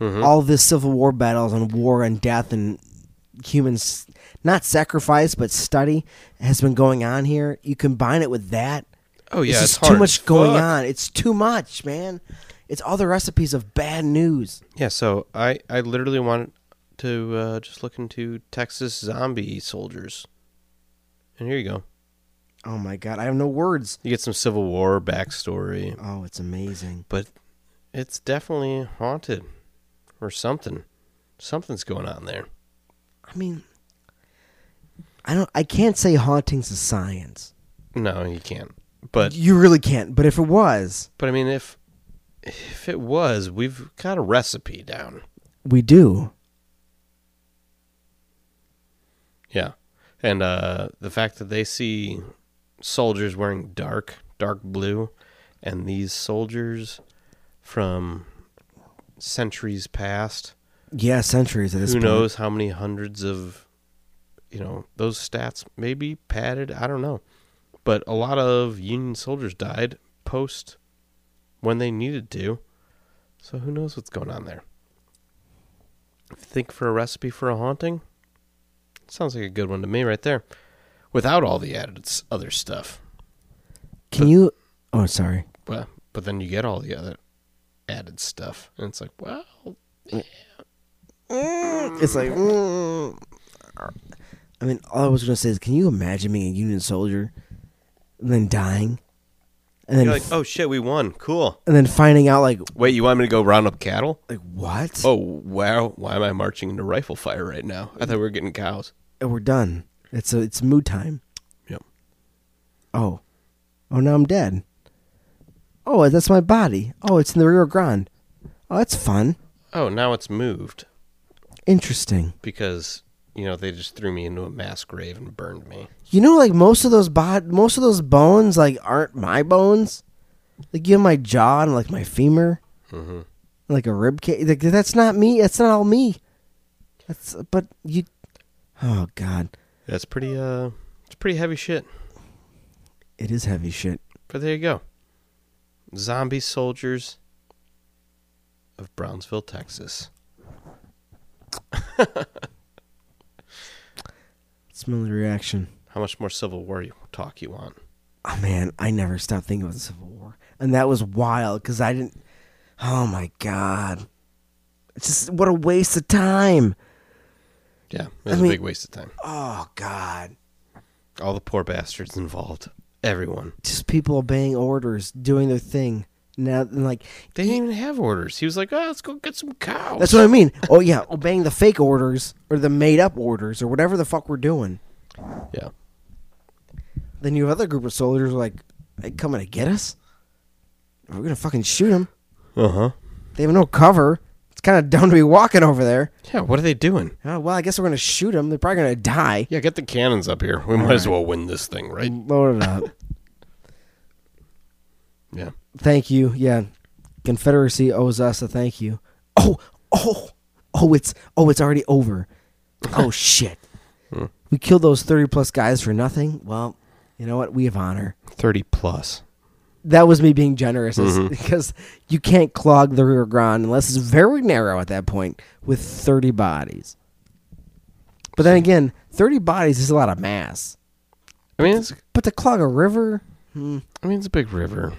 B: Mhm.
A: all this civil war battles and war and death and humans not sacrifice but study has been going on here. You combine it with that,
B: Oh yeah,
A: it's
B: it's,
A: just too
B: hard.
A: much going
B: Fuck.
A: on. It's too much, man. It's all the recipes of bad news.
B: Yeah, so I I literally wanted to uh, just look into Texas zombie soldiers, and here you go.
A: Oh my god, I have no words.
B: You get some Civil War backstory,
A: Oh, it's amazing.
B: but it's definitely haunted or something. Something's going on there.
A: I mean, I don't. I can't say haunting's a science.
B: No, you can't. But
A: you really can't. But if it was,
B: but I mean, if if it was, we've got a recipe down.
A: we do.
B: Yeah, and uh, the fact that they see soldiers wearing dark, dark blue, and these soldiers from centuries past,
A: Yeah, centuries at this
B: who
A: point.
B: knows how many hundreds of, you know, those stats may be padded. I don't know, but a lot of Union soldiers died post when they needed to, so who knows what's going on there. Think for a recipe for a haunting. Sounds like a good one to me right there. Without all the added s- other stuff.
A: Can you? Oh, sorry.
B: But but then you get all the other added stuff and it's like, well,
A: It's like. mm. I mean, all I was gonna say is, can you imagine being a Union soldier, and then dying, and then
B: you're like, "Oh shit, we won. Cool."
A: and then finding out like
B: Wait, you want me to go round up cattle?
A: like what?
B: Oh, wow. Why am I marching into rifle fire right now? I thought we were getting cows.
A: And we're done. It's a, it's mood time.
B: Yep.
A: Oh, oh now I'm dead. Oh, that's my body. Oh, it's in the Rio Grande. Oh, that's fun.
B: Oh, now it's moved
A: Interesting.
B: because, you know, they just threw me into a mass grave and burned me.
A: You know, like most of those bod, most of those bones, like aren't my bones. Like you have my jaw and like my femur,
B: Mhm.
A: like a rib cage. Like that's not me. That's not all me. That's but you. Oh God,
B: That's pretty uh it's pretty heavy shit.
A: it is heavy shit.
B: But there you go. Zombie soldiers of Brownsville, Texas.
A: Smell the reaction.
B: How much more Civil War you talk you want?
A: Oh man, I never stopped thinking about the Civil War, and that was wild because I didn't. Oh my God, it's just what a waste of time.
B: Yeah, it was
A: mean-
B: a big waste of time.
A: Oh God,
B: All the poor bastards involved. Everyone.
A: just people obeying orders, doing their thing. Now, and like
B: They didn't even have orders. He was like, "Oh, let's go get some cows."
A: That's what I mean. Oh yeah, obeying the fake orders or the made up orders or whatever the fuck we're doing.
B: yeah.
A: Then you have other group of soldiers who are like, "They coming to get us? We're gonna fucking shoot them.
B: Uh huh.
A: They have no cover. It's kind of dumb to be walking over there.
B: Yeah. What are they doing?
A: Oh, well, I guess we're gonna shoot them. They're probably gonna die.
B: Yeah, get the cannons up here. We might as well win this thing, right? Mm.
A: Load it up.
B: Yeah.
A: thank you. Yeah, Confederacy owes us a thank you. Oh, oh, oh! It's oh, it's already over. Oh shit! We killed those thirty plus guys for nothing. Well, you know what? We have honor.
B: Thirty plus.
A: that was me being generous is- because you can't clog the Rio Grande unless it's very narrow at that point with 30 bodies. But then again, 30 bodies is a lot of mass.
B: I mean, it's
A: But to clog a river, hmm,
B: I mean it's a big river.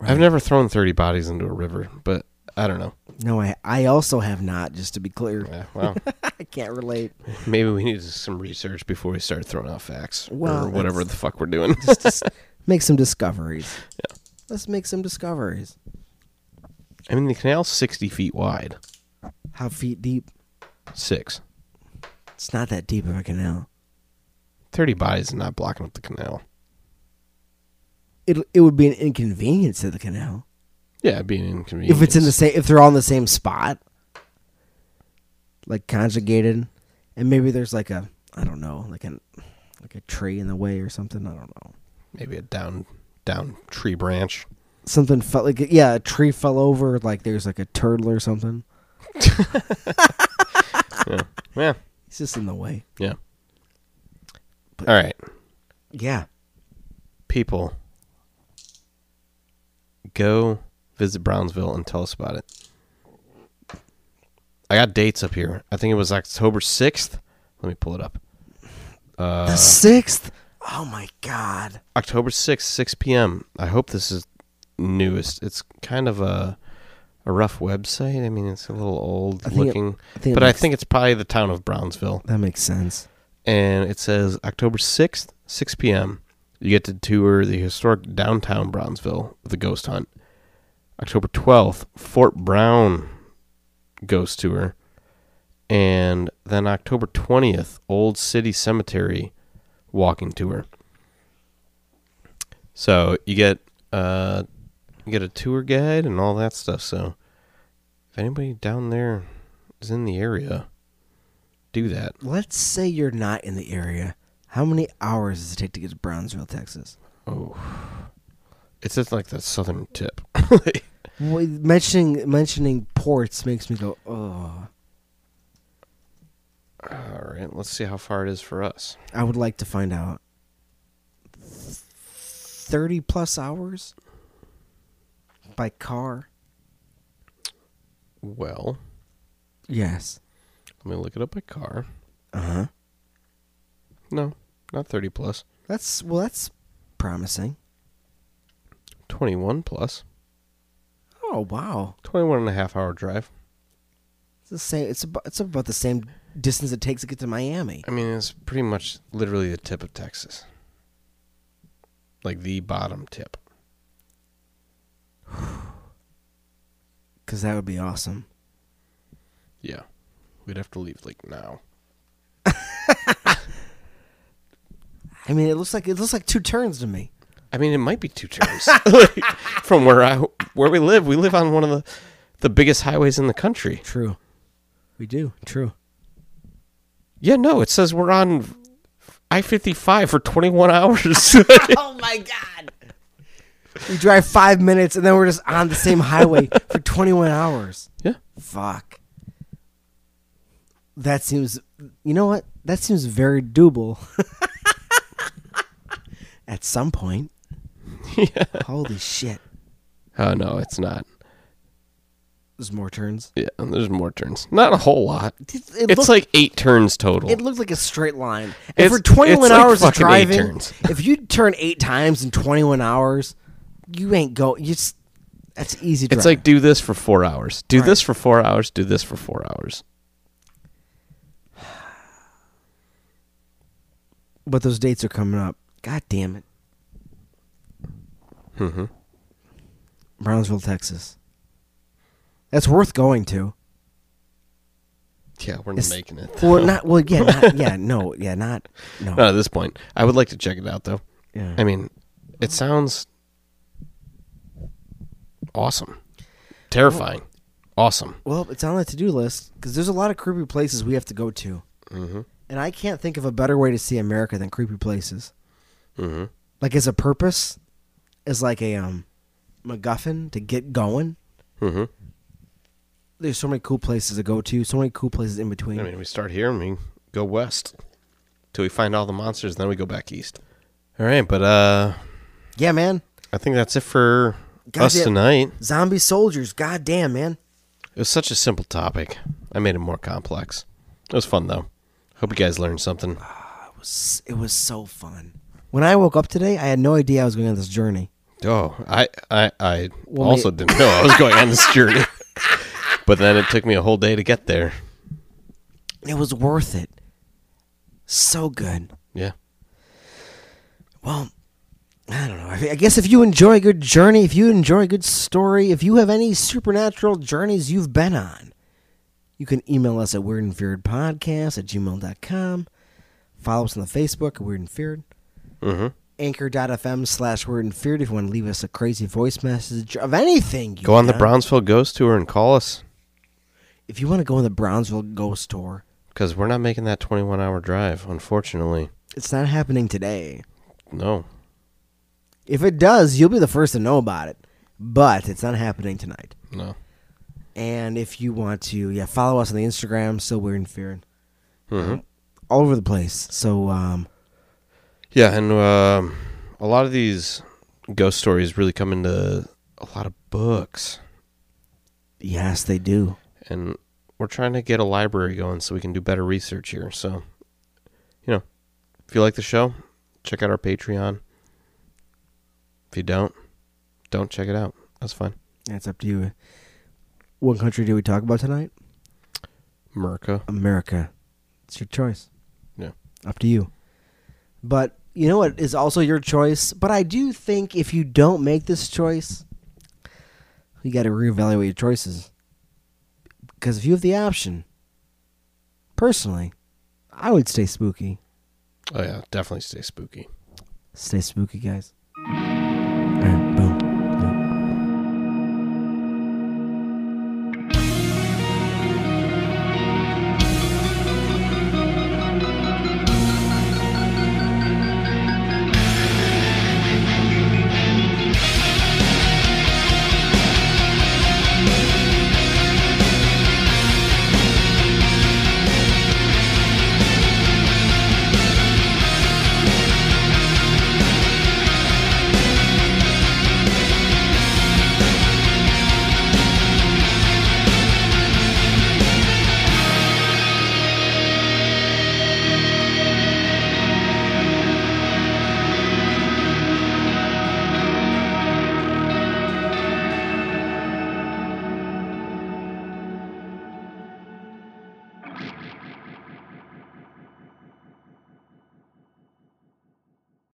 B: I've never thrown 30 bodies into a river, but I don't know.
A: No, I, I also have not, just to be clear.
B: Yeah, wow.
A: I can't relate.
B: Maybe we need to do some research before we start throwing out facts
A: Well,
B: or whatever the fuck we're doing.
A: Just dis- make some discoveries. Let's make some discoveries.
B: I mean, the canal's 60 feet wide.
A: How feet deep?
B: Six.
A: It's not that deep of a canal.
B: 30 bodies is not blocking up the canal.
A: It it would be an inconvenience to the canal
B: Yeah, it'd be an inconvenience.
A: if it's in the same if they're all in the same spot, like conjugated, and maybe there's like a I don't know like an like a tree in the way or something. I don't know.
B: Maybe a down, down tree branch.
A: Something felt like yeah, a tree fell over. Like there's like a turtle or something.
B: Yeah.
A: It's just in the way.
B: Yeah. All right.
A: Yeah.
B: People, go visit Brownsville and tell us about it. I got dates up here. I think it was October 6th. Let me pull it up. Uh,
A: the sixth. Oh my god.
B: October 6th, 6 p.m. I hope this is newest. It's kind of a a rough website. I mean, it's a little old
A: I think it-
B: looking,
A: I think it
B: but I
A: makes-
B: think it's probably the town of Brownsville.
A: That makes sense.
B: And it says October 6th, 6 p.m. You get to tour the historic downtown Brownsville with a ghost hunt. October 12th, Fort Brown ghost tour. And then October 20th, Old City Cemetery walking tour. So you get uh you get a tour guide and all that stuff. So if anybody down there is in the area, do that.
A: Let's say you're not in the area. How many hours does it take to get to Brownsville, Texas?
B: It's just like the southern tip.
A: Well, mentioning mentioning ports makes me go, oh,
B: all right, let's see how far it is for us.
A: I would like to find out. Thirty plus hours by car.
B: Well,
A: Yes.
B: let me look it up by car.
A: Uh huh.
B: No, not 30 plus.
A: That's well. That's promising.
B: 21 plus.
A: Oh wow.
B: 21 and a half hour drive.
A: It's the same. It's about, it's about the same distance it takes to get to Miami.
B: I mean, it's pretty much literally the tip of Texas. Like the bottom tip.
A: Cause that would be awesome.
B: Yeah. We'd have to leave like now.
A: I mean, it looks like it looks like two turns to me.
B: I mean, it might be two turns from where I where we live. We live on one of the the biggest highways in the country.
A: True. We do. True.
B: Yeah, no, it says we're on I fifty five for twenty one hours.
A: oh my god. We drive five minutes and then we're just on the same highway for 21 hours.
B: yeah,
A: Fuck. That seems. You know what? That seems very doable. At some point.
B: yeah.
A: Holy shit.
B: Oh no, it's not.
A: There's more turns.
B: Yeah, and there's more turns. Not a whole lot.
A: It, it
B: It's
A: looked-
B: like eight turns total.
A: It looked like a straight line. And
B: It's-
A: for 21
B: it's like
A: hours of
B: fucking eight
A: driving,
B: turns.
A: if you turn eight times in 21 hours, you ain't go. You just, that's easy. Drive.
B: it's like do this for four hours. Do this for four hours. Do this for four hours.
A: but those dates are coming up. God damn it. Mm-hmm. Brownsville, Texas. That's worth going to.
B: Yeah, we're not
A: It's-
B: making it.
A: Well, not well. Yeah, not, yeah. No, yeah, not. No.
B: Not at this point. I would like to check it out though.
A: Yeah.
B: Uh, I mean, it sounds awesome, terrifying, awesome.
A: Well, it's on the to-do list because there's a lot of creepy places we have to go to, mm-hmm. and I can't think of a better way to see America than creepy places.
B: Mm-hmm.
A: Like as a purpose, as like a um, MacGuffin to get going.
B: Mm-hmm.
A: There's so many cool places to go to, so many cool places in between.
B: I mean, we start here and we go west till we find all the monsters. Then we go back east. All right, but uh,
A: yeah, man,
B: I think that's it for us
A: Goddamn.
B: tonight.
A: zombie soldiers, goddamn, man.
B: It was such a simple topic. I made it more complex. It was fun though. Hope you guys learned something.
A: It was so fun. When I woke up today, I had no idea I was going on this journey.
B: Oh, I I, I
A: Well,
B: also didn't know I was going on this journey, but then it took me a whole day to get there.
A: It was worth it. So good.
B: Yeah,
A: Well, I don't know. I I guess if you enjoy a good journey, if you enjoy a good story, if you have any supernatural journeys you've been on, you can email us at weirdandfearedpodcast at gmail.com. Follow us on the Facebook at Weird and Feared.
B: mm-hmm.
A: Anchor.fm slash Weird and Feared if you want to leave us a crazy voice message of anything. You
B: go on the
A: got.
B: Brownsville Ghost Tour and call us
A: If you want to go on the Brownsville Ghost Tour,
B: because we're not making that 21 hour drive, unfortunately.
A: it's not happening today.
B: No,
A: If it does, you'll be the first to know about it. But it's not happening tonight.
B: no.
A: And if you want to, yeah, follow us on the Instagram, still weird and feared.
B: hmm
A: All over the place. So um
B: Yeah, and um, a lot of these ghost stories really come into a lot of books,
A: yes, they do.
B: and we're trying to get a library going so we can do better research here. So, you know, if you like the show, check out our Patreon. If you don't, don't check it out. That's fine.
A: That's up to you. What country do we talk about tonight?
B: Merca.
A: America. It's your choice.
B: Yeah.
A: Up to you. But you know what is also your choice? But I do think if you don't make this choice, you got to reevaluate your choices. Because if you have the option, personally, I would stay spooky.
B: Oh yeah, definitely stay spooky.
A: Stay spooky, guys.